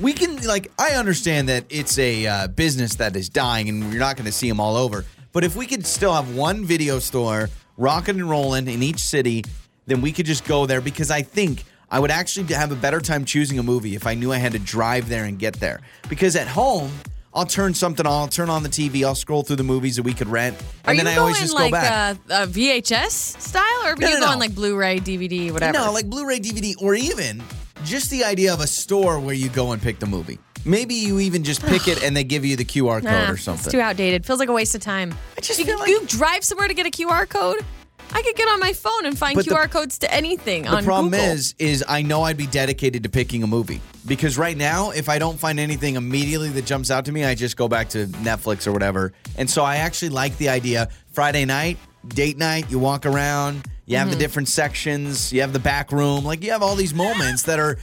Speaker 2: We can like I understand that it's a uh, business that is dying and you're not going to see them all over. But if we could still have one video store rocking and rolling in each city, then we could just go there because I think I would actually have a better time choosing a movie if I knew I had to drive there and get there. Because at home, I'll turn something on, I'll turn on the TV, I'll scroll through the movies that we could rent,
Speaker 4: Are
Speaker 2: and
Speaker 4: you
Speaker 2: then I
Speaker 4: going
Speaker 2: always just
Speaker 4: like
Speaker 2: go back.
Speaker 4: uh, uh, VHS style, or are
Speaker 2: No,
Speaker 4: you
Speaker 2: no,
Speaker 4: going
Speaker 2: no.
Speaker 4: like Blu-ray, DVD, whatever?
Speaker 2: No, like Blu-ray, DVD, or even just the idea of a store where you go and pick the movie. Maybe you even just pick it and they give you the QR code
Speaker 4: Nah,
Speaker 2: or
Speaker 4: It's
Speaker 2: something.
Speaker 4: too outdated. Feels like a waste of time.
Speaker 2: I just
Speaker 4: you,
Speaker 2: feel like-
Speaker 4: you drive somewhere to get a QR code. I could get on my phone and find
Speaker 2: But the-
Speaker 4: QR codes to anything
Speaker 2: the
Speaker 4: on
Speaker 2: problem
Speaker 4: Google.
Speaker 2: is, is I know I'd be dedicated to picking a movie because right now, if I don't find anything immediately that jumps out to me, I just go back to Netflix or whatever. And so I actually like the idea. Friday night, date night, you walk around, you have the
Speaker 4: Mm-hmm.
Speaker 2: different sections, you have the back room, like you have all these moments that are.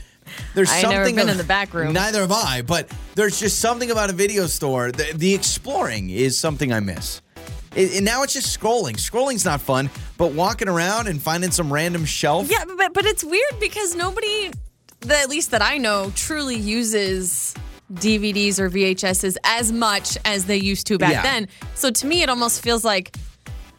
Speaker 2: There's
Speaker 4: I ain't
Speaker 2: something
Speaker 4: never been
Speaker 2: of-
Speaker 4: in the back room.
Speaker 2: Neither have I, but there's just something about a video store. The, the exploring is something I miss. It, and now it's just scrolling. Scrolling's not fun, but walking around and finding some random shelf.
Speaker 4: Yeah, but but it's weird because nobody, that at least that I know, truly uses DVDs or VHSs as much as they used to back
Speaker 2: Yeah.
Speaker 4: then. So to me, it almost feels like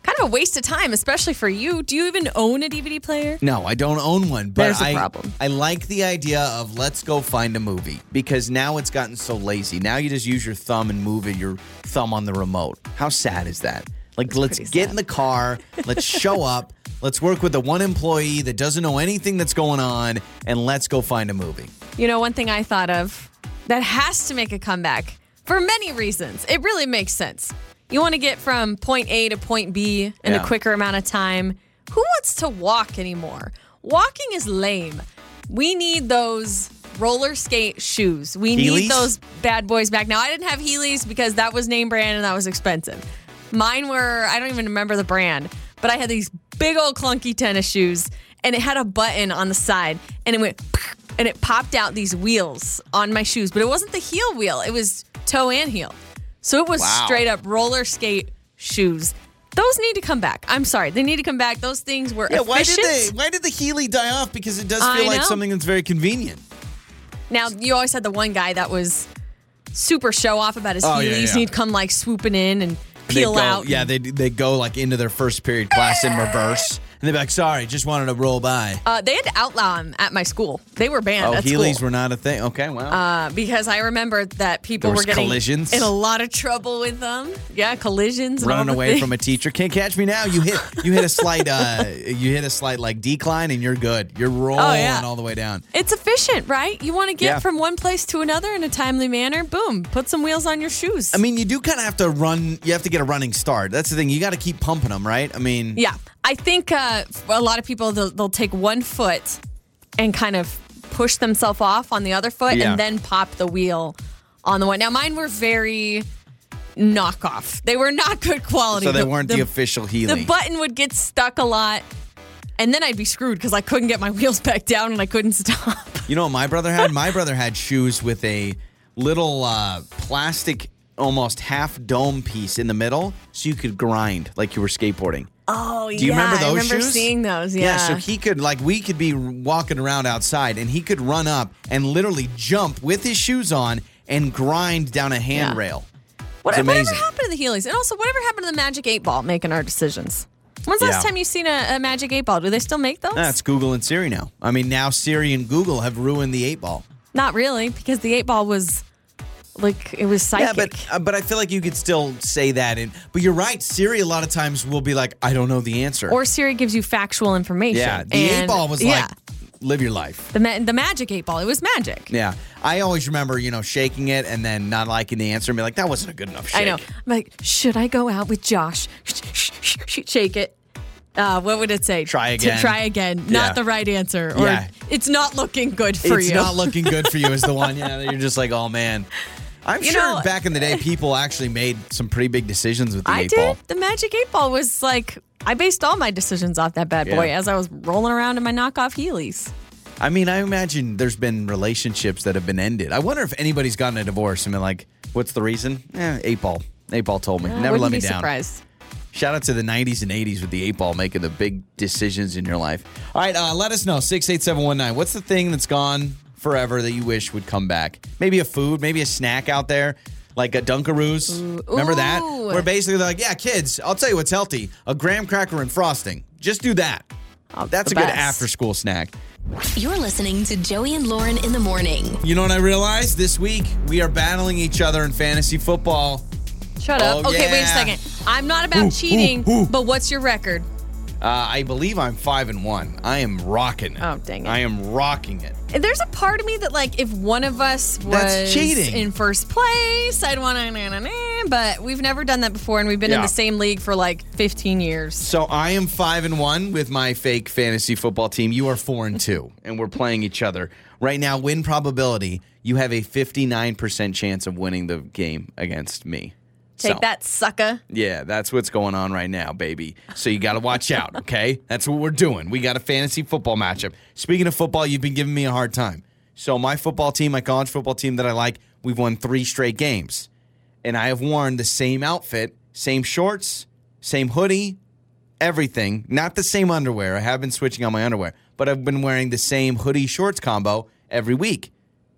Speaker 4: kind of a waste of time, especially for you. Do you even own a DVD player?
Speaker 2: No, I don't own one, but
Speaker 4: There's a
Speaker 2: I-
Speaker 4: problem.
Speaker 2: I like the idea of let's go find a movie because now it's gotten so lazy. Now you just use your thumb and move it, your thumb on the remote. How sad is that? Like, let's
Speaker 4: pretty
Speaker 2: get
Speaker 4: sad.
Speaker 2: in the car, let's show up, let's work with the one employee that doesn't know anything that's going on, and let's go find a movie.
Speaker 4: You know, one thing I thought of that has to make a comeback for many reasons. It really makes sense. You want to get from point A to point B in
Speaker 2: Yeah.
Speaker 4: a quicker amount of time. Who wants to walk anymore? Walking is lame. We need those roller skate shoes. We
Speaker 2: Heelys?
Speaker 4: need those bad boys back. Now, I didn't have Heelys because that was name brand and that was expensive. Mine were, I don't even remember the brand, but I had these big old clunky tennis shoes and it had a button on the side and it went and it popped out these wheels on my shoes, but it wasn't the heel wheel, it was toe and heel. So it was straight up roller skate shoes. Those need to come back. I'm sorry. They need to come back. Those things were
Speaker 2: Yeah, why did they?
Speaker 4: efficient.
Speaker 2: Why did the Healy die off? Because it does
Speaker 4: I
Speaker 2: feel like
Speaker 4: know.
Speaker 2: something that's very convenient.
Speaker 4: Now you always had the one guy that was super show off about his
Speaker 2: Oh,
Speaker 4: Heelys.
Speaker 2: yeah, yeah.
Speaker 4: and He'd come like swooping in and
Speaker 2: They
Speaker 4: peel
Speaker 2: go-
Speaker 4: out.
Speaker 2: Yeah, they they go like into their first period class in reverse, and they're like, "Sorry, just wanted to roll by."
Speaker 4: Uh, they had to outlaw him at my school. They were banned.
Speaker 2: oh,
Speaker 4: at
Speaker 2: Heelys
Speaker 4: school.
Speaker 2: were not a thing. Okay, well,
Speaker 4: Uh, because I remember that people
Speaker 2: There
Speaker 4: were
Speaker 2: was
Speaker 4: getting
Speaker 2: collisions.
Speaker 4: in a lot of trouble with them. Yeah, collisions. and all
Speaker 2: running
Speaker 4: the
Speaker 2: away
Speaker 4: things.
Speaker 2: from a teacher can't catch me now. You hit you hit a slight uh, you hit a slight like decline, and you're good. You're rolling
Speaker 4: Oh, yeah.
Speaker 2: all the way down.
Speaker 4: It's efficient, right? You want to get
Speaker 2: Yeah.
Speaker 4: from one place to another in a timely manner. Boom, put some wheels on your shoes.
Speaker 2: I mean, you do kind of have to run. You have to get a running start. That's the thing. You got to keep pumping them, right? I mean,
Speaker 4: Yeah, I think uh, a lot of people they'll, they'll take one foot and kind of push themselves off on the other foot,
Speaker 2: Yeah.
Speaker 4: and then pop the wheel on the one. Now mine were very knockoff; they were not good quality.
Speaker 2: so they weren't the, official Healy.
Speaker 4: The button would get stuck a lot, and then I'd be screwed because I couldn't get my wheels back down and I couldn't stop.
Speaker 2: You know what my brother had? My brother had shoes with a little uh, plastic, almost half dome piece in the middle, so you could grind like you were skateboarding.
Speaker 4: Oh,
Speaker 2: Do you remember those
Speaker 4: I remember
Speaker 2: shoes?
Speaker 4: seeing those. Yeah.
Speaker 2: Yeah, so he could like we could be walking around outside, and he could run up and literally jump with his shoes on and grind down a handrail.
Speaker 4: What-
Speaker 2: It's
Speaker 4: whatever
Speaker 2: amazing.
Speaker 4: happened to the Heelys? And also, whatever happened to the Magic 8 Ball making our decisions? When's the last
Speaker 2: Yeah.
Speaker 4: time you seen a, a Magic 8 Ball? Do they still make those?
Speaker 2: That's Google and Siri now. I mean, now Siri and Google have ruined the eight ball.
Speaker 4: Not really, because the 8 Ball was like, it was
Speaker 2: Yeah,
Speaker 4: psychic.
Speaker 2: but uh, but I feel like you could still say that. And but you're right, Siri a lot of times will be like, I don't know the answer.
Speaker 4: or Siri gives you factual information.
Speaker 2: yeah, the eight
Speaker 4: And-
Speaker 2: ball was
Speaker 4: yeah,
Speaker 2: like, live your life.
Speaker 4: the, ma- the Magic 8 Ball, it was magic.
Speaker 2: Yeah. I always remember, you know, shaking it and then not liking the answer and be like, that wasn't a good enough shake.
Speaker 4: I know. I'm like, should I go out with Josh? Shake it. Uh, what would it say?
Speaker 2: Try
Speaker 4: To
Speaker 2: again.
Speaker 4: try again.
Speaker 2: Yeah.
Speaker 4: Not the right answer. Or
Speaker 2: Yeah.
Speaker 4: it's not looking good for
Speaker 2: It's
Speaker 4: you.
Speaker 2: not looking good for you is the one. Yeah, that you're just like, oh man. I'm
Speaker 4: You
Speaker 2: sure
Speaker 4: know-
Speaker 2: back in the day people actually made some pretty big decisions with the
Speaker 4: I
Speaker 2: eight
Speaker 4: did.
Speaker 2: ball.
Speaker 4: The Magic Eight Ball was like I based all my decisions off that bad boy
Speaker 2: Yeah.
Speaker 4: as I was rolling around in my knockoff Heelys.
Speaker 2: I mean, I imagine there's been relationships that have been ended. I wonder if anybody's gotten a divorce and been like, what's the reason? Eh, eight ball. Eight ball told me.
Speaker 4: I
Speaker 2: Never
Speaker 4: wouldn't
Speaker 2: let
Speaker 4: be
Speaker 2: me down.
Speaker 4: surprised.
Speaker 2: Shout out to the 90s and 80s with the eight ball making the big decisions in your life. All right, uh, let us know 68719. What's the thing that's gone forever that you wish would come back? Maybe a food, maybe a snack out there, like a Dunkaroos. Remember that?
Speaker 4: Ooh.
Speaker 2: Where basically they're like, yeah, kids, I'll tell you what's healthy a graham cracker and frosting. Just do that. That's a
Speaker 4: Oh,
Speaker 2: good
Speaker 4: the best.
Speaker 2: after school snack.
Speaker 1: You're listening to Joey and Lauren in the morning.
Speaker 2: You know what I realized this week? We are battling each other in fantasy football.
Speaker 4: Shut up.
Speaker 2: Oh,
Speaker 4: okay, wait a
Speaker 2: yeah.
Speaker 4: second. I'm not about
Speaker 2: Ooh,
Speaker 4: cheating,
Speaker 2: ooh, ooh.
Speaker 4: but what's your record?
Speaker 2: Uh, I believe I'm five and one. I am rocking it.
Speaker 4: Oh, dang it.
Speaker 2: I am rocking it.
Speaker 4: There's a part of me that like if one of us was
Speaker 2: That's cheating.
Speaker 4: in first place, I'd want to na na na, but we've never done that before and we've been in
Speaker 2: Yeah.
Speaker 4: the same league for like 15 years.
Speaker 2: So I am five and one with my fake fantasy football team. You are four and two, and we're playing each other right now. Win probability: you have a fifty nine percent chance of winning the game against me.
Speaker 4: Take
Speaker 2: So,
Speaker 4: that sucker.
Speaker 2: Yeah, that's what's going on right now, baby. So you got to watch out, okay? That's what we're doing. We got a fantasy football matchup. Speaking of football, you've been giving me a hard time. So my football team, my college football team that I like, we've won three straight games, and I have worn the same outfit, same shorts, same hoodie, everything, not the same underwear. I have been switching on my underwear, but I've been wearing the same hoodie shorts combo every week.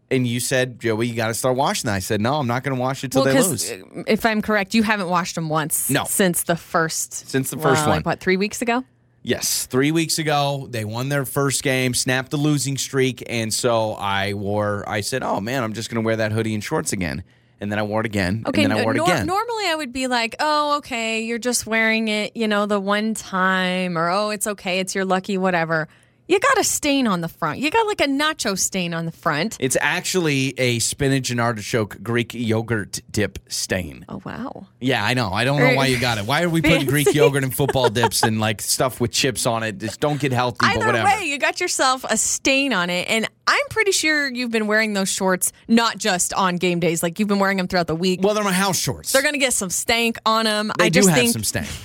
Speaker 3: and you said, Joey, you got to start washing that. I said, no, I'm not going to wash it till they lose.
Speaker 4: uh, if I'm correct, you haven't washed them once.
Speaker 3: No.
Speaker 4: Since the first.
Speaker 3: Since the first
Speaker 4: well,
Speaker 3: one.
Speaker 4: Like what? Three weeks ago.
Speaker 3: Yes, three weeks ago they won their first game, snapped the losing streak, and so I wore. I said, "Oh man, I'm just going to wear that hoodie and shorts again." And then I wore it again,
Speaker 4: Okay.
Speaker 3: and then I
Speaker 4: no-
Speaker 3: wore it
Speaker 4: nor-
Speaker 3: again.
Speaker 4: Normally, I would be like, "Oh, okay, you're just wearing it, you know, the one time," or "Oh, it's okay, it's your lucky whatever." You got a stain on the front. You got like a nacho stain on the front.
Speaker 3: it's actually a spinach and artichoke Greek yogurt dip stain.
Speaker 4: Oh wow.
Speaker 3: Yeah, I know. I don't know why you got it. Why are we putting Greek
Speaker 4: Fancy.
Speaker 3: yogurt and football dips and like stuff with chips on it? Just don't get healthy, but
Speaker 4: Either
Speaker 3: whatever.
Speaker 4: way, you got yourself a stain on it, and I'm pretty sure you've been wearing those shorts not just on game days. Like you've been wearing them throughout the week.
Speaker 3: Well, they're my house shorts.
Speaker 4: They're gonna get some stank on them.
Speaker 3: They
Speaker 4: I
Speaker 3: do
Speaker 4: just
Speaker 3: have
Speaker 4: think
Speaker 3: some stank.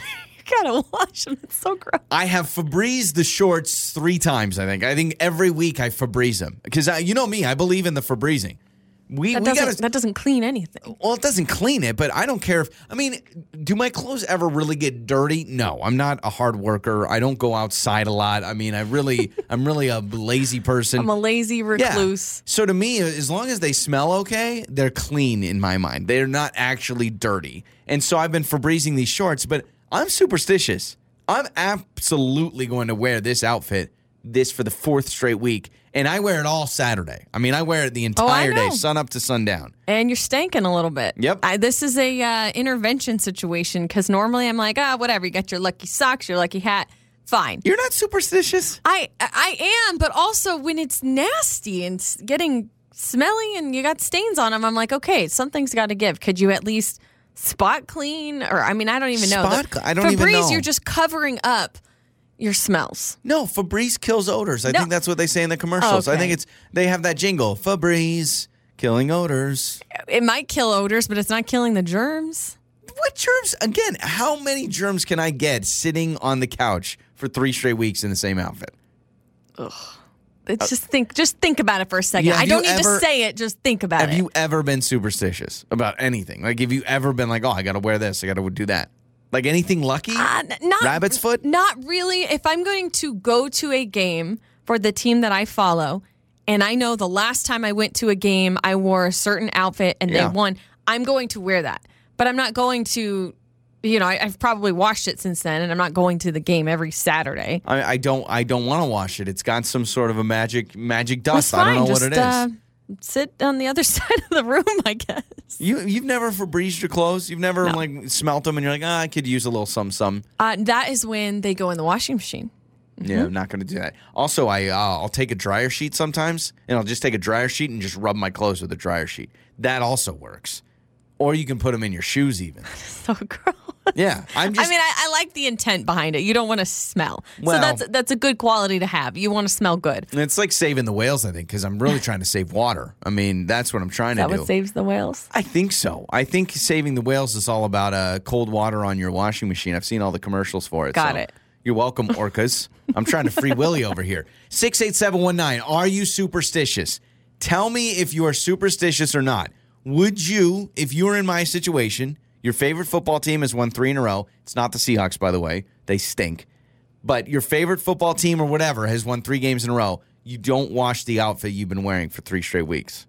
Speaker 4: you gotta wash them. It's so gross.
Speaker 3: I have Febreze the shorts three times. I think. I think every week I Febreze them because
Speaker 2: uh,
Speaker 3: you know me. I believe in the Febrezing. We
Speaker 4: That
Speaker 3: we
Speaker 4: doesn't,
Speaker 3: gotta. Um,
Speaker 4: that doesn't clean anything.
Speaker 3: well, it doesn't clean it, but I don't care if. I mean, do my clothes ever really get dirty? No, I'm not a hard worker. I don't go outside a lot. I mean, I really, I'm really a lazy person.
Speaker 4: I'm a lazy recluse.
Speaker 3: So to me, as long as they smell okay, they're clean in my mind. They're not actually dirty. And so I've been Febrezing these shorts, but I'm superstitious. I'm absolutely going to wear this outfit this for the fourth straight week. And I wear it all Saturday. I mean, I wear it the entire day,
Speaker 4: Oh, know.
Speaker 3: sun up to sundown.
Speaker 4: And you're stanking a little bit.
Speaker 3: Yep.
Speaker 4: I, this is a uh, intervention situation because normally I'm like, ah, whatever. You got your lucky socks, your lucky hat. Fine.
Speaker 3: You're not superstitious?
Speaker 4: I I am, but also when it's nasty and s- getting smelly and you got stains on them, I'm like, okay, something's got to give. Could you at least spot clean? Or I mean, I don't even know. The-
Speaker 3: Spot cl- I don't
Speaker 4: Febreze,
Speaker 3: even know.
Speaker 4: you're just covering up your smells.
Speaker 3: No, Febreze kills odors. I
Speaker 4: No.
Speaker 3: think that's what they say in the commercials. I
Speaker 4: Okay.
Speaker 3: think it's they have that jingle, Febreze killing odors.
Speaker 4: It might kill odors, but it's not killing the germs.
Speaker 3: What germs? Again, how many germs can I get sitting on the couch for three straight weeks in the same outfit?
Speaker 4: It's just think, just think about it for a second.
Speaker 3: Uh, Yeah, have
Speaker 4: I don't
Speaker 3: you
Speaker 4: need
Speaker 3: ever-
Speaker 4: to say it. Just think about
Speaker 3: Have
Speaker 4: it.
Speaker 3: you ever been superstitious about anything? Like, have you ever been like, oh, I got to wear this, I got to do that? Like anything lucky?
Speaker 4: Uh, n- not
Speaker 3: Rabbit's foot?
Speaker 4: Not really. If I'm going to go to a game for the team that I follow, and I know the last time I went to a game, I wore a certain outfit and
Speaker 3: Yeah.
Speaker 4: they won. I'm going to wear that, but I'm not going to. You know, I, I've probably washed it since then, and I'm not going to the game every Saturday.
Speaker 3: I, I don't. I don't want to wash it. It's got some sort of a magic, magic
Speaker 4: That's
Speaker 3: dust.
Speaker 4: fine.
Speaker 3: I don't know
Speaker 4: Just
Speaker 3: what it is.
Speaker 4: Uh, sit on the other side of the room, I guess.
Speaker 3: you, you've never Febrezed your clothes. You've never like smelt them, and you're like, ah, I could use a little some, some.
Speaker 4: Uh, that is when they go in the washing machine. Mm-hmm.
Speaker 3: Yeah, I'm not going to do that. Also, I uh, I'll take a dryer sheet sometimes, and I'll just take a dryer sheet and just rub my clothes with a dryer sheet. That also works. Or you can put them in your shoes, even.
Speaker 4: So gross.
Speaker 3: Yeah, I'm just.
Speaker 4: I mean, I, I like the intent behind it. You don't want to smell,
Speaker 3: Well-
Speaker 4: so that's that's a good quality to have. You want to smell good.
Speaker 3: it's like saving the whales, I think, because I'm really trying to save water. I mean, that's what I'm trying
Speaker 4: That
Speaker 3: to
Speaker 4: what
Speaker 3: do.
Speaker 4: saves the whales.
Speaker 3: I think so. I think saving the whales is all about uh, cold water on your washing machine. I've seen all the commercials for it.
Speaker 4: Got
Speaker 3: so
Speaker 4: it.
Speaker 3: You're welcome, orcas. I'm trying to free Willy over here. 68719, are you superstitious? Tell me if you are superstitious or not. Would you, if you were in my situation, your favorite football team has won three in a row? It's not the Seahawks, by the way. They stink but your favorite football team or whatever has won three games in a row, you don't wash the outfit you've been wearing for three straight weeks.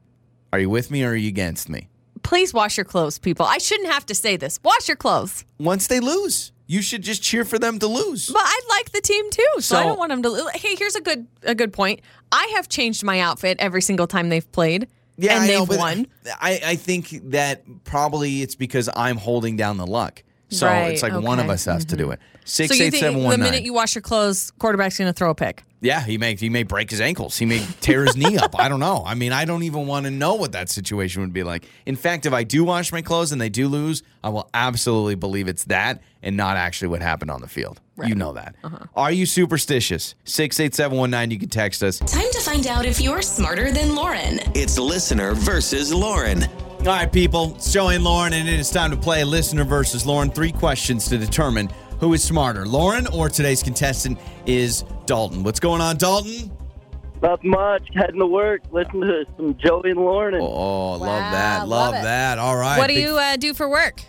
Speaker 3: Are you with me or are you against me?
Speaker 4: Please wash your clothes, people. I shouldn't have to say this. Wash your clothes.
Speaker 3: Once they lose, you should just cheer for them to lose.
Speaker 4: But I like the team too, so, I
Speaker 3: So-
Speaker 4: don't want them to. lo- Hey, here's a good a good point. I have changed my outfit every single time they've played, and
Speaker 3: I know,
Speaker 4: they've
Speaker 3: but
Speaker 4: won.
Speaker 3: I, I think that probably it's because I'm holding down the luck. So
Speaker 4: Right,
Speaker 3: it's like one of
Speaker 4: okay. Mm-hmm.
Speaker 3: us has to do it. Six,
Speaker 4: so you
Speaker 3: eight,
Speaker 4: think
Speaker 3: seven,
Speaker 4: the
Speaker 3: one, nine.
Speaker 4: minute you wash your clothes, quarterback's going to throw a pick?
Speaker 3: Yeah, he may he may break his ankles. He may tear his knee up. I don't know. I mean, I don't even want to know what that situation would be like. In fact, if I do wash my clothes and they do lose, I will absolutely believe it's that and not actually what happened on the field. You know that.
Speaker 4: Uh-huh.
Speaker 3: Are you superstitious? Six eight seven one nine. You can text us.
Speaker 1: Time to find out if you're smarter than Lauren.
Speaker 6: It's listener versus Lauren.
Speaker 3: All right, people. It's Joey and Lauren, and it is time to play Listener versus Lauren. Three questions to determine who is smarter, Lauren or today's contestant is Dalton. What's going on, Dalton?
Speaker 10: Not much. Heading to work. Listen to some Joey and Lauren. And,
Speaker 3: Oh, love
Speaker 4: Wow,
Speaker 3: that. Love,
Speaker 4: love it.
Speaker 3: that. All right.
Speaker 4: what do
Speaker 3: big
Speaker 4: you uh, do for work?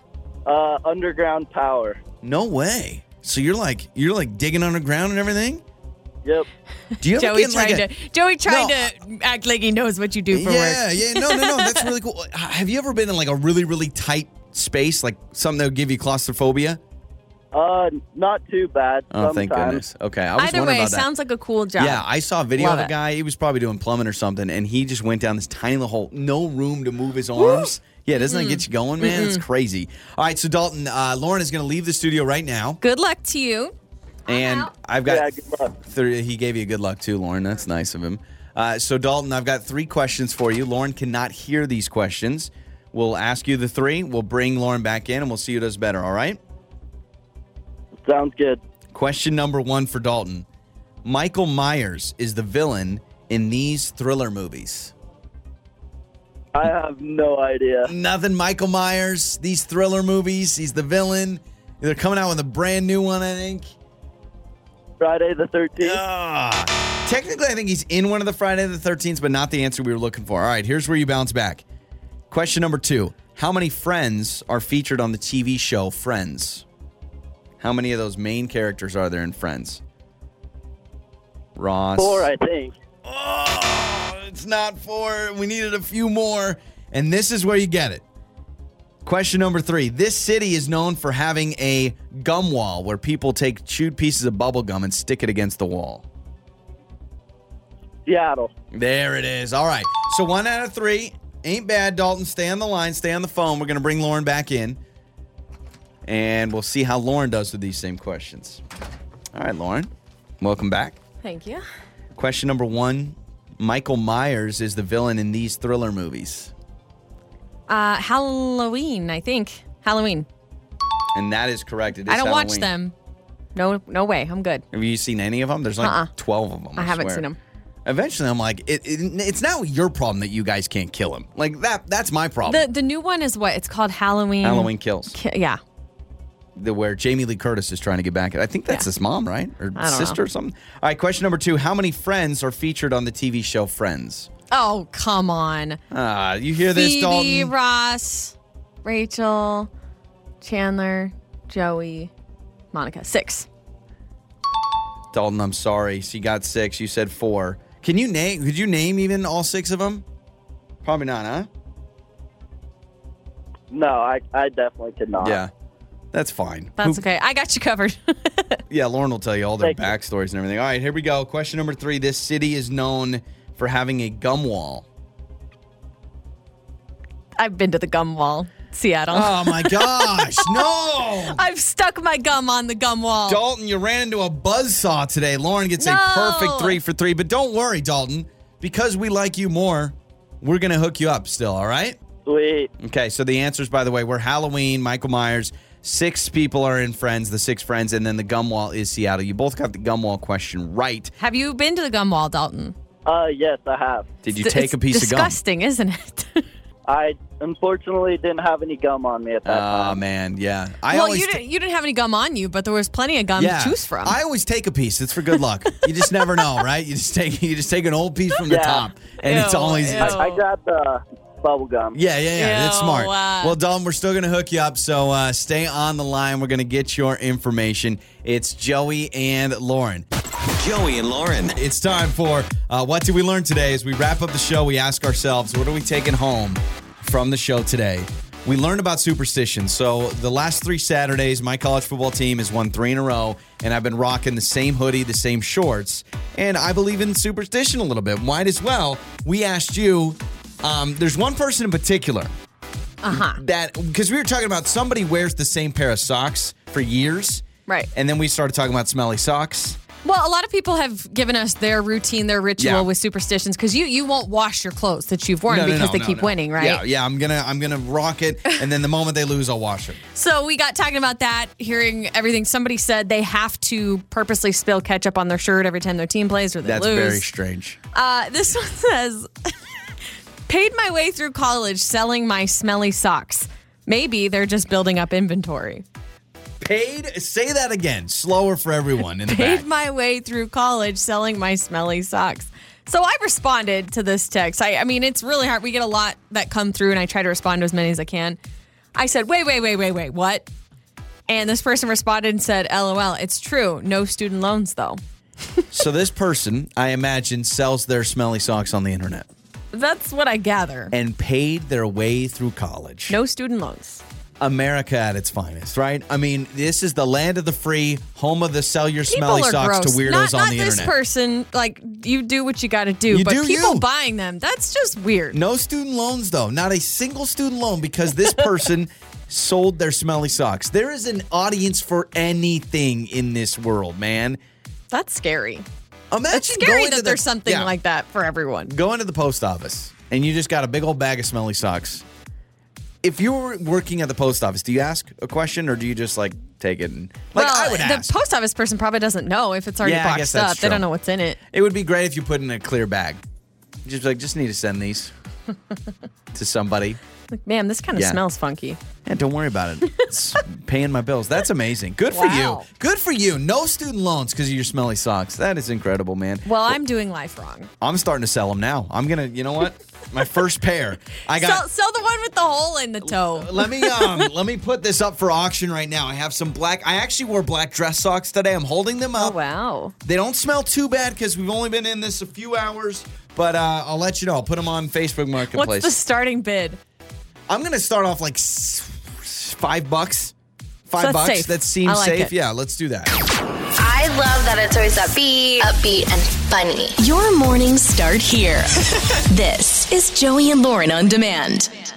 Speaker 3: Oh.
Speaker 10: uh, underground power.
Speaker 3: No way. So you're like you're like digging underground and everything?
Speaker 10: Yep.
Speaker 3: Do you ever
Speaker 4: Joey
Speaker 3: get in, like,
Speaker 4: trying
Speaker 3: a-
Speaker 4: to Joey trying to act like he knows what you do for
Speaker 3: yeah,
Speaker 4: work.
Speaker 3: Yeah, No, no, no. That's really cool. H- Have you ever been in like a really, really tight space, like something that would give you claustrophobia?
Speaker 10: Uh, not too bad.
Speaker 3: Oh,
Speaker 10: sometimes.
Speaker 3: thank goodness. Okay, I was
Speaker 4: Either
Speaker 3: wondering
Speaker 4: way,
Speaker 3: about that.
Speaker 4: sounds like a cool job.
Speaker 3: Yeah, I saw a video
Speaker 4: Love
Speaker 3: of a
Speaker 4: it.
Speaker 3: guy. He was probably doing plumbing or something, and he just went down this tiny little hole, no room to move his arms. Yeah, doesn't that get you going, man? It's crazy. All right, so Dalton, uh, Lauren is going to leave the studio right now,
Speaker 4: Good luck to you.
Speaker 3: and I've got.
Speaker 10: Yeah, good luck.
Speaker 3: Three, he gave you good luck too, Lauren. That's nice of him. Uh, so, Dalton, I've got three questions for you. Lauren cannot hear these questions. We'll ask you the three. We'll bring Lauren back in and we'll see who does better, all right?
Speaker 10: Sounds good.
Speaker 3: Question number one for Dalton Michael Myers is the villain in these thriller movies.
Speaker 10: I have no idea.
Speaker 3: Nothing, Michael Myers, these thriller movies. He's the villain. They're coming out with a brand new one, I think.
Speaker 10: Friday the 13th.
Speaker 3: Ah. Technically, I think he's in one of the Friday the 13th, but not the answer we were looking for. All right, here's where you bounce back. Question number two How many friends are featured on the TV show Friends? How many of those main characters are there in Friends? Ross.
Speaker 10: Four, I think.
Speaker 3: Oh, it's not four. We needed a few more. And this is where you get it. Question number three. This city is known for having a gum wall where people take chewed pieces of bubble gum and stick it against the wall.
Speaker 10: Seattle.
Speaker 3: There it is. All right. So one out of three. Ain't bad, Dalton. Stay on the line, stay on the phone. We're going to bring Lauren back in. And we'll see how Lauren does with these same questions. All right, Lauren. Welcome back.
Speaker 4: Thank you.
Speaker 3: Question number one Michael Myers is the villain in these thriller movies.
Speaker 4: Uh, Halloween, I think. Halloween.
Speaker 3: And that is correct. It is
Speaker 4: I don't watch
Speaker 3: Halloween.
Speaker 4: them. No, no way. I'm good.
Speaker 3: Have you seen any of them? There's like
Speaker 4: Uh-uh.
Speaker 3: 12 of them. I,
Speaker 4: I haven't
Speaker 3: swear.
Speaker 4: seen 'em.
Speaker 3: Eventually, I'm like, it, it, it's now your problem that you guys can't kill him. Like, that that's my problem.
Speaker 4: The the new one is what? It's called Halloween.
Speaker 3: Halloween kills.
Speaker 4: Ki- yeah.
Speaker 3: the where Jamie Lee Curtis is trying to get back at. I think that's his mom, right? Or
Speaker 4: I don't
Speaker 3: sister
Speaker 4: know.
Speaker 3: or something. All right, question number two. How many friends are featured on the TV show Friends?
Speaker 4: Oh, come on.
Speaker 3: Ah, you hear this,
Speaker 4: Phoebe,
Speaker 3: Dalton?
Speaker 4: Ross, Rachel, Chandler, Joey, Monica. Six.
Speaker 3: Dalton, I'm sorry. She got six. You said four. Can you name could you name even all six of them? Probably not, huh?
Speaker 10: No, I, I definitely could not.
Speaker 3: Yeah. That's fine.
Speaker 4: That's
Speaker 3: Who-
Speaker 4: okay. I got you covered.
Speaker 3: Yeah, Lauren will tell you all their
Speaker 10: Thank you.
Speaker 3: backstories and everything. All right, here we go. Question number three. This city is known for having a gum wall.
Speaker 4: I've been to the gum wall, Seattle.
Speaker 3: Oh my gosh. no.
Speaker 4: I've stuck my gum on the gum wall.
Speaker 3: Dalton, you ran into a buzzsaw today. Lauren gets
Speaker 4: No.
Speaker 3: a perfect three for three, but don't worry, Dalton. Because we like you more, we're going to hook you up still, all right?
Speaker 10: Sweet.
Speaker 3: Okay, so the answers, by the way, were Halloween, Michael Myers, six people are in Friends, the six friends, and then the gum wall is Seattle. You both got the gum wall question right.
Speaker 4: Have you been to the gum wall, Dalton?
Speaker 10: Uh, yes, I have.
Speaker 3: Did you
Speaker 4: It's-
Speaker 3: take
Speaker 4: it's
Speaker 3: a piece
Speaker 4: disgusting, isn't it?
Speaker 10: I unfortunately didn't have any gum on me at
Speaker 3: of
Speaker 10: that
Speaker 3: gum? Oh,
Speaker 10: time.
Speaker 3: man, yeah. I
Speaker 4: well,
Speaker 3: always
Speaker 4: you
Speaker 3: t-
Speaker 4: didn't. You didn't have any gum on you, but there was plenty of gum to choose from.
Speaker 3: I always take a piece. It's for good luck. you just never know, right? You just take you just take an old piece from the
Speaker 10: Yeah.
Speaker 3: top, and it's
Speaker 4: Ew,
Speaker 3: always
Speaker 4: ew.
Speaker 10: I, I grabbed the bubble gum.
Speaker 3: Yeah, yeah, yeah. That's
Speaker 4: Ew,
Speaker 3: smart.
Speaker 4: uh,
Speaker 3: well, Dalton, we're still going to hook you up. So uh, stay on the line. We're going to get your information. It's Joey and Lauren.
Speaker 6: Joey and Lauren.
Speaker 3: It's time for uh, What Did We Learn Today? As we wrap up the show, we ask ourselves, what are we taking home from the show today? We learned about superstition. So the last three Saturdays, my college football team has won three in a row, and I've been rocking the same hoodie, the same shorts. And I believe in superstition a little bit. Might as well. We asked you, um, there's one person in particular
Speaker 4: Uh-huh,
Speaker 3: that because we were talking about somebody wears the same pair of socks for years,
Speaker 4: Right.
Speaker 3: And then we started talking about smelly socks.
Speaker 4: Well, a lot of people have given us their routine, their ritual
Speaker 3: Yeah.
Speaker 4: with superstitions because you you won't wash your clothes that you've worn
Speaker 3: No, no,
Speaker 4: because
Speaker 3: no,
Speaker 4: they
Speaker 3: no,
Speaker 4: keep
Speaker 3: no.
Speaker 4: winning, right?
Speaker 3: Yeah, yeah. I'm gonna I'm gonna rock it, and then the moment they lose, I'll wash it.
Speaker 4: So we got talking about that, hearing everything somebody said they have to purposely spill ketchup on their shirt every time their team plays or they
Speaker 3: That's
Speaker 4: lose.
Speaker 3: very strange.
Speaker 4: uh, this one says, "Paid my way through college selling my smelly socks. Maybe they're just building up inventory."
Speaker 3: Paid. Say that again, slower for everyone in the
Speaker 4: paid
Speaker 3: back.
Speaker 4: my way through college selling my smelly socks. So I responded to this text. I, I mean, it's really hard. We get a lot that come through, and I try to respond to as many as I can. I said, wait, wait, wait, wait, wait, what? And this person responded and said, LOL, it's true. No student loans, though.
Speaker 3: So this person, I imagine, sells their smelly socks on the internet
Speaker 4: That's what I gather.
Speaker 3: and paid their way through college.
Speaker 4: No student loans.
Speaker 3: America at its finest, right? I mean, this is the land of the free, home of the sell your smelly
Speaker 4: people are
Speaker 3: socks
Speaker 4: gross.
Speaker 3: to weirdos
Speaker 4: not,
Speaker 3: on
Speaker 4: not
Speaker 3: the
Speaker 4: this
Speaker 3: internet.
Speaker 4: person. Like you do what you got to do,
Speaker 3: You
Speaker 4: but
Speaker 3: do
Speaker 4: people
Speaker 3: you.
Speaker 4: buying them, that's just weird.
Speaker 3: No student loans, though. Not a single student loan because this person sold their smelly socks. There is an audience for anything in this world, man.
Speaker 4: That's scary.
Speaker 3: Imagine
Speaker 4: That's scary
Speaker 3: going
Speaker 4: that
Speaker 3: to the-
Speaker 4: there's something
Speaker 3: Yeah.
Speaker 4: like that for everyone.
Speaker 3: Go into the post office and you just got a big old bag of smelly socks. If you were working at the post office, do you ask a question or do you just like take it? And, like
Speaker 4: well,
Speaker 3: I would
Speaker 4: the
Speaker 3: ask.
Speaker 4: post office person probably doesn't know if it's already
Speaker 3: Yeah, I
Speaker 4: boxed
Speaker 3: guess that's
Speaker 4: up. They
Speaker 3: true.
Speaker 4: don't know what's in it.
Speaker 3: It would be great if you put in a clear bag. Just like, just need to send these to somebody.
Speaker 4: Like, man, this kind of
Speaker 3: Yeah.
Speaker 4: smells funky.
Speaker 3: Yeah, don't worry about it. It's paying my bills. That's amazing. Good for
Speaker 4: Wow.
Speaker 3: you. Good for you. No student loans because of your smelly socks. That is incredible, man.
Speaker 4: Well, I'm doing life wrong.
Speaker 3: I'm starting to sell them now. I'm gonna. You know what? My first pair. I got.
Speaker 4: Sell, sell the one with the hole in the toe.
Speaker 3: let me um let me put this up for auction right now. I have some black I actually wore black dress socks today. I'm holding them
Speaker 4: Oh
Speaker 3: up.
Speaker 4: wow.
Speaker 3: They don't smell too bad because we've only been in this a few hours, but uh, I'll let you know. I'll put them on Facebook Marketplace.
Speaker 4: What's the starting bid?
Speaker 3: I'm gonna start off like s- s- five bucks. Five
Speaker 4: That's
Speaker 3: bucks.
Speaker 4: safe.
Speaker 3: That seems
Speaker 4: I like it.
Speaker 3: safe. Yeah, let's do that.
Speaker 9: I love that it's always upbeat, upbeat, and funny.
Speaker 1: Your mornings start here. this is Joey and Lauren on demand.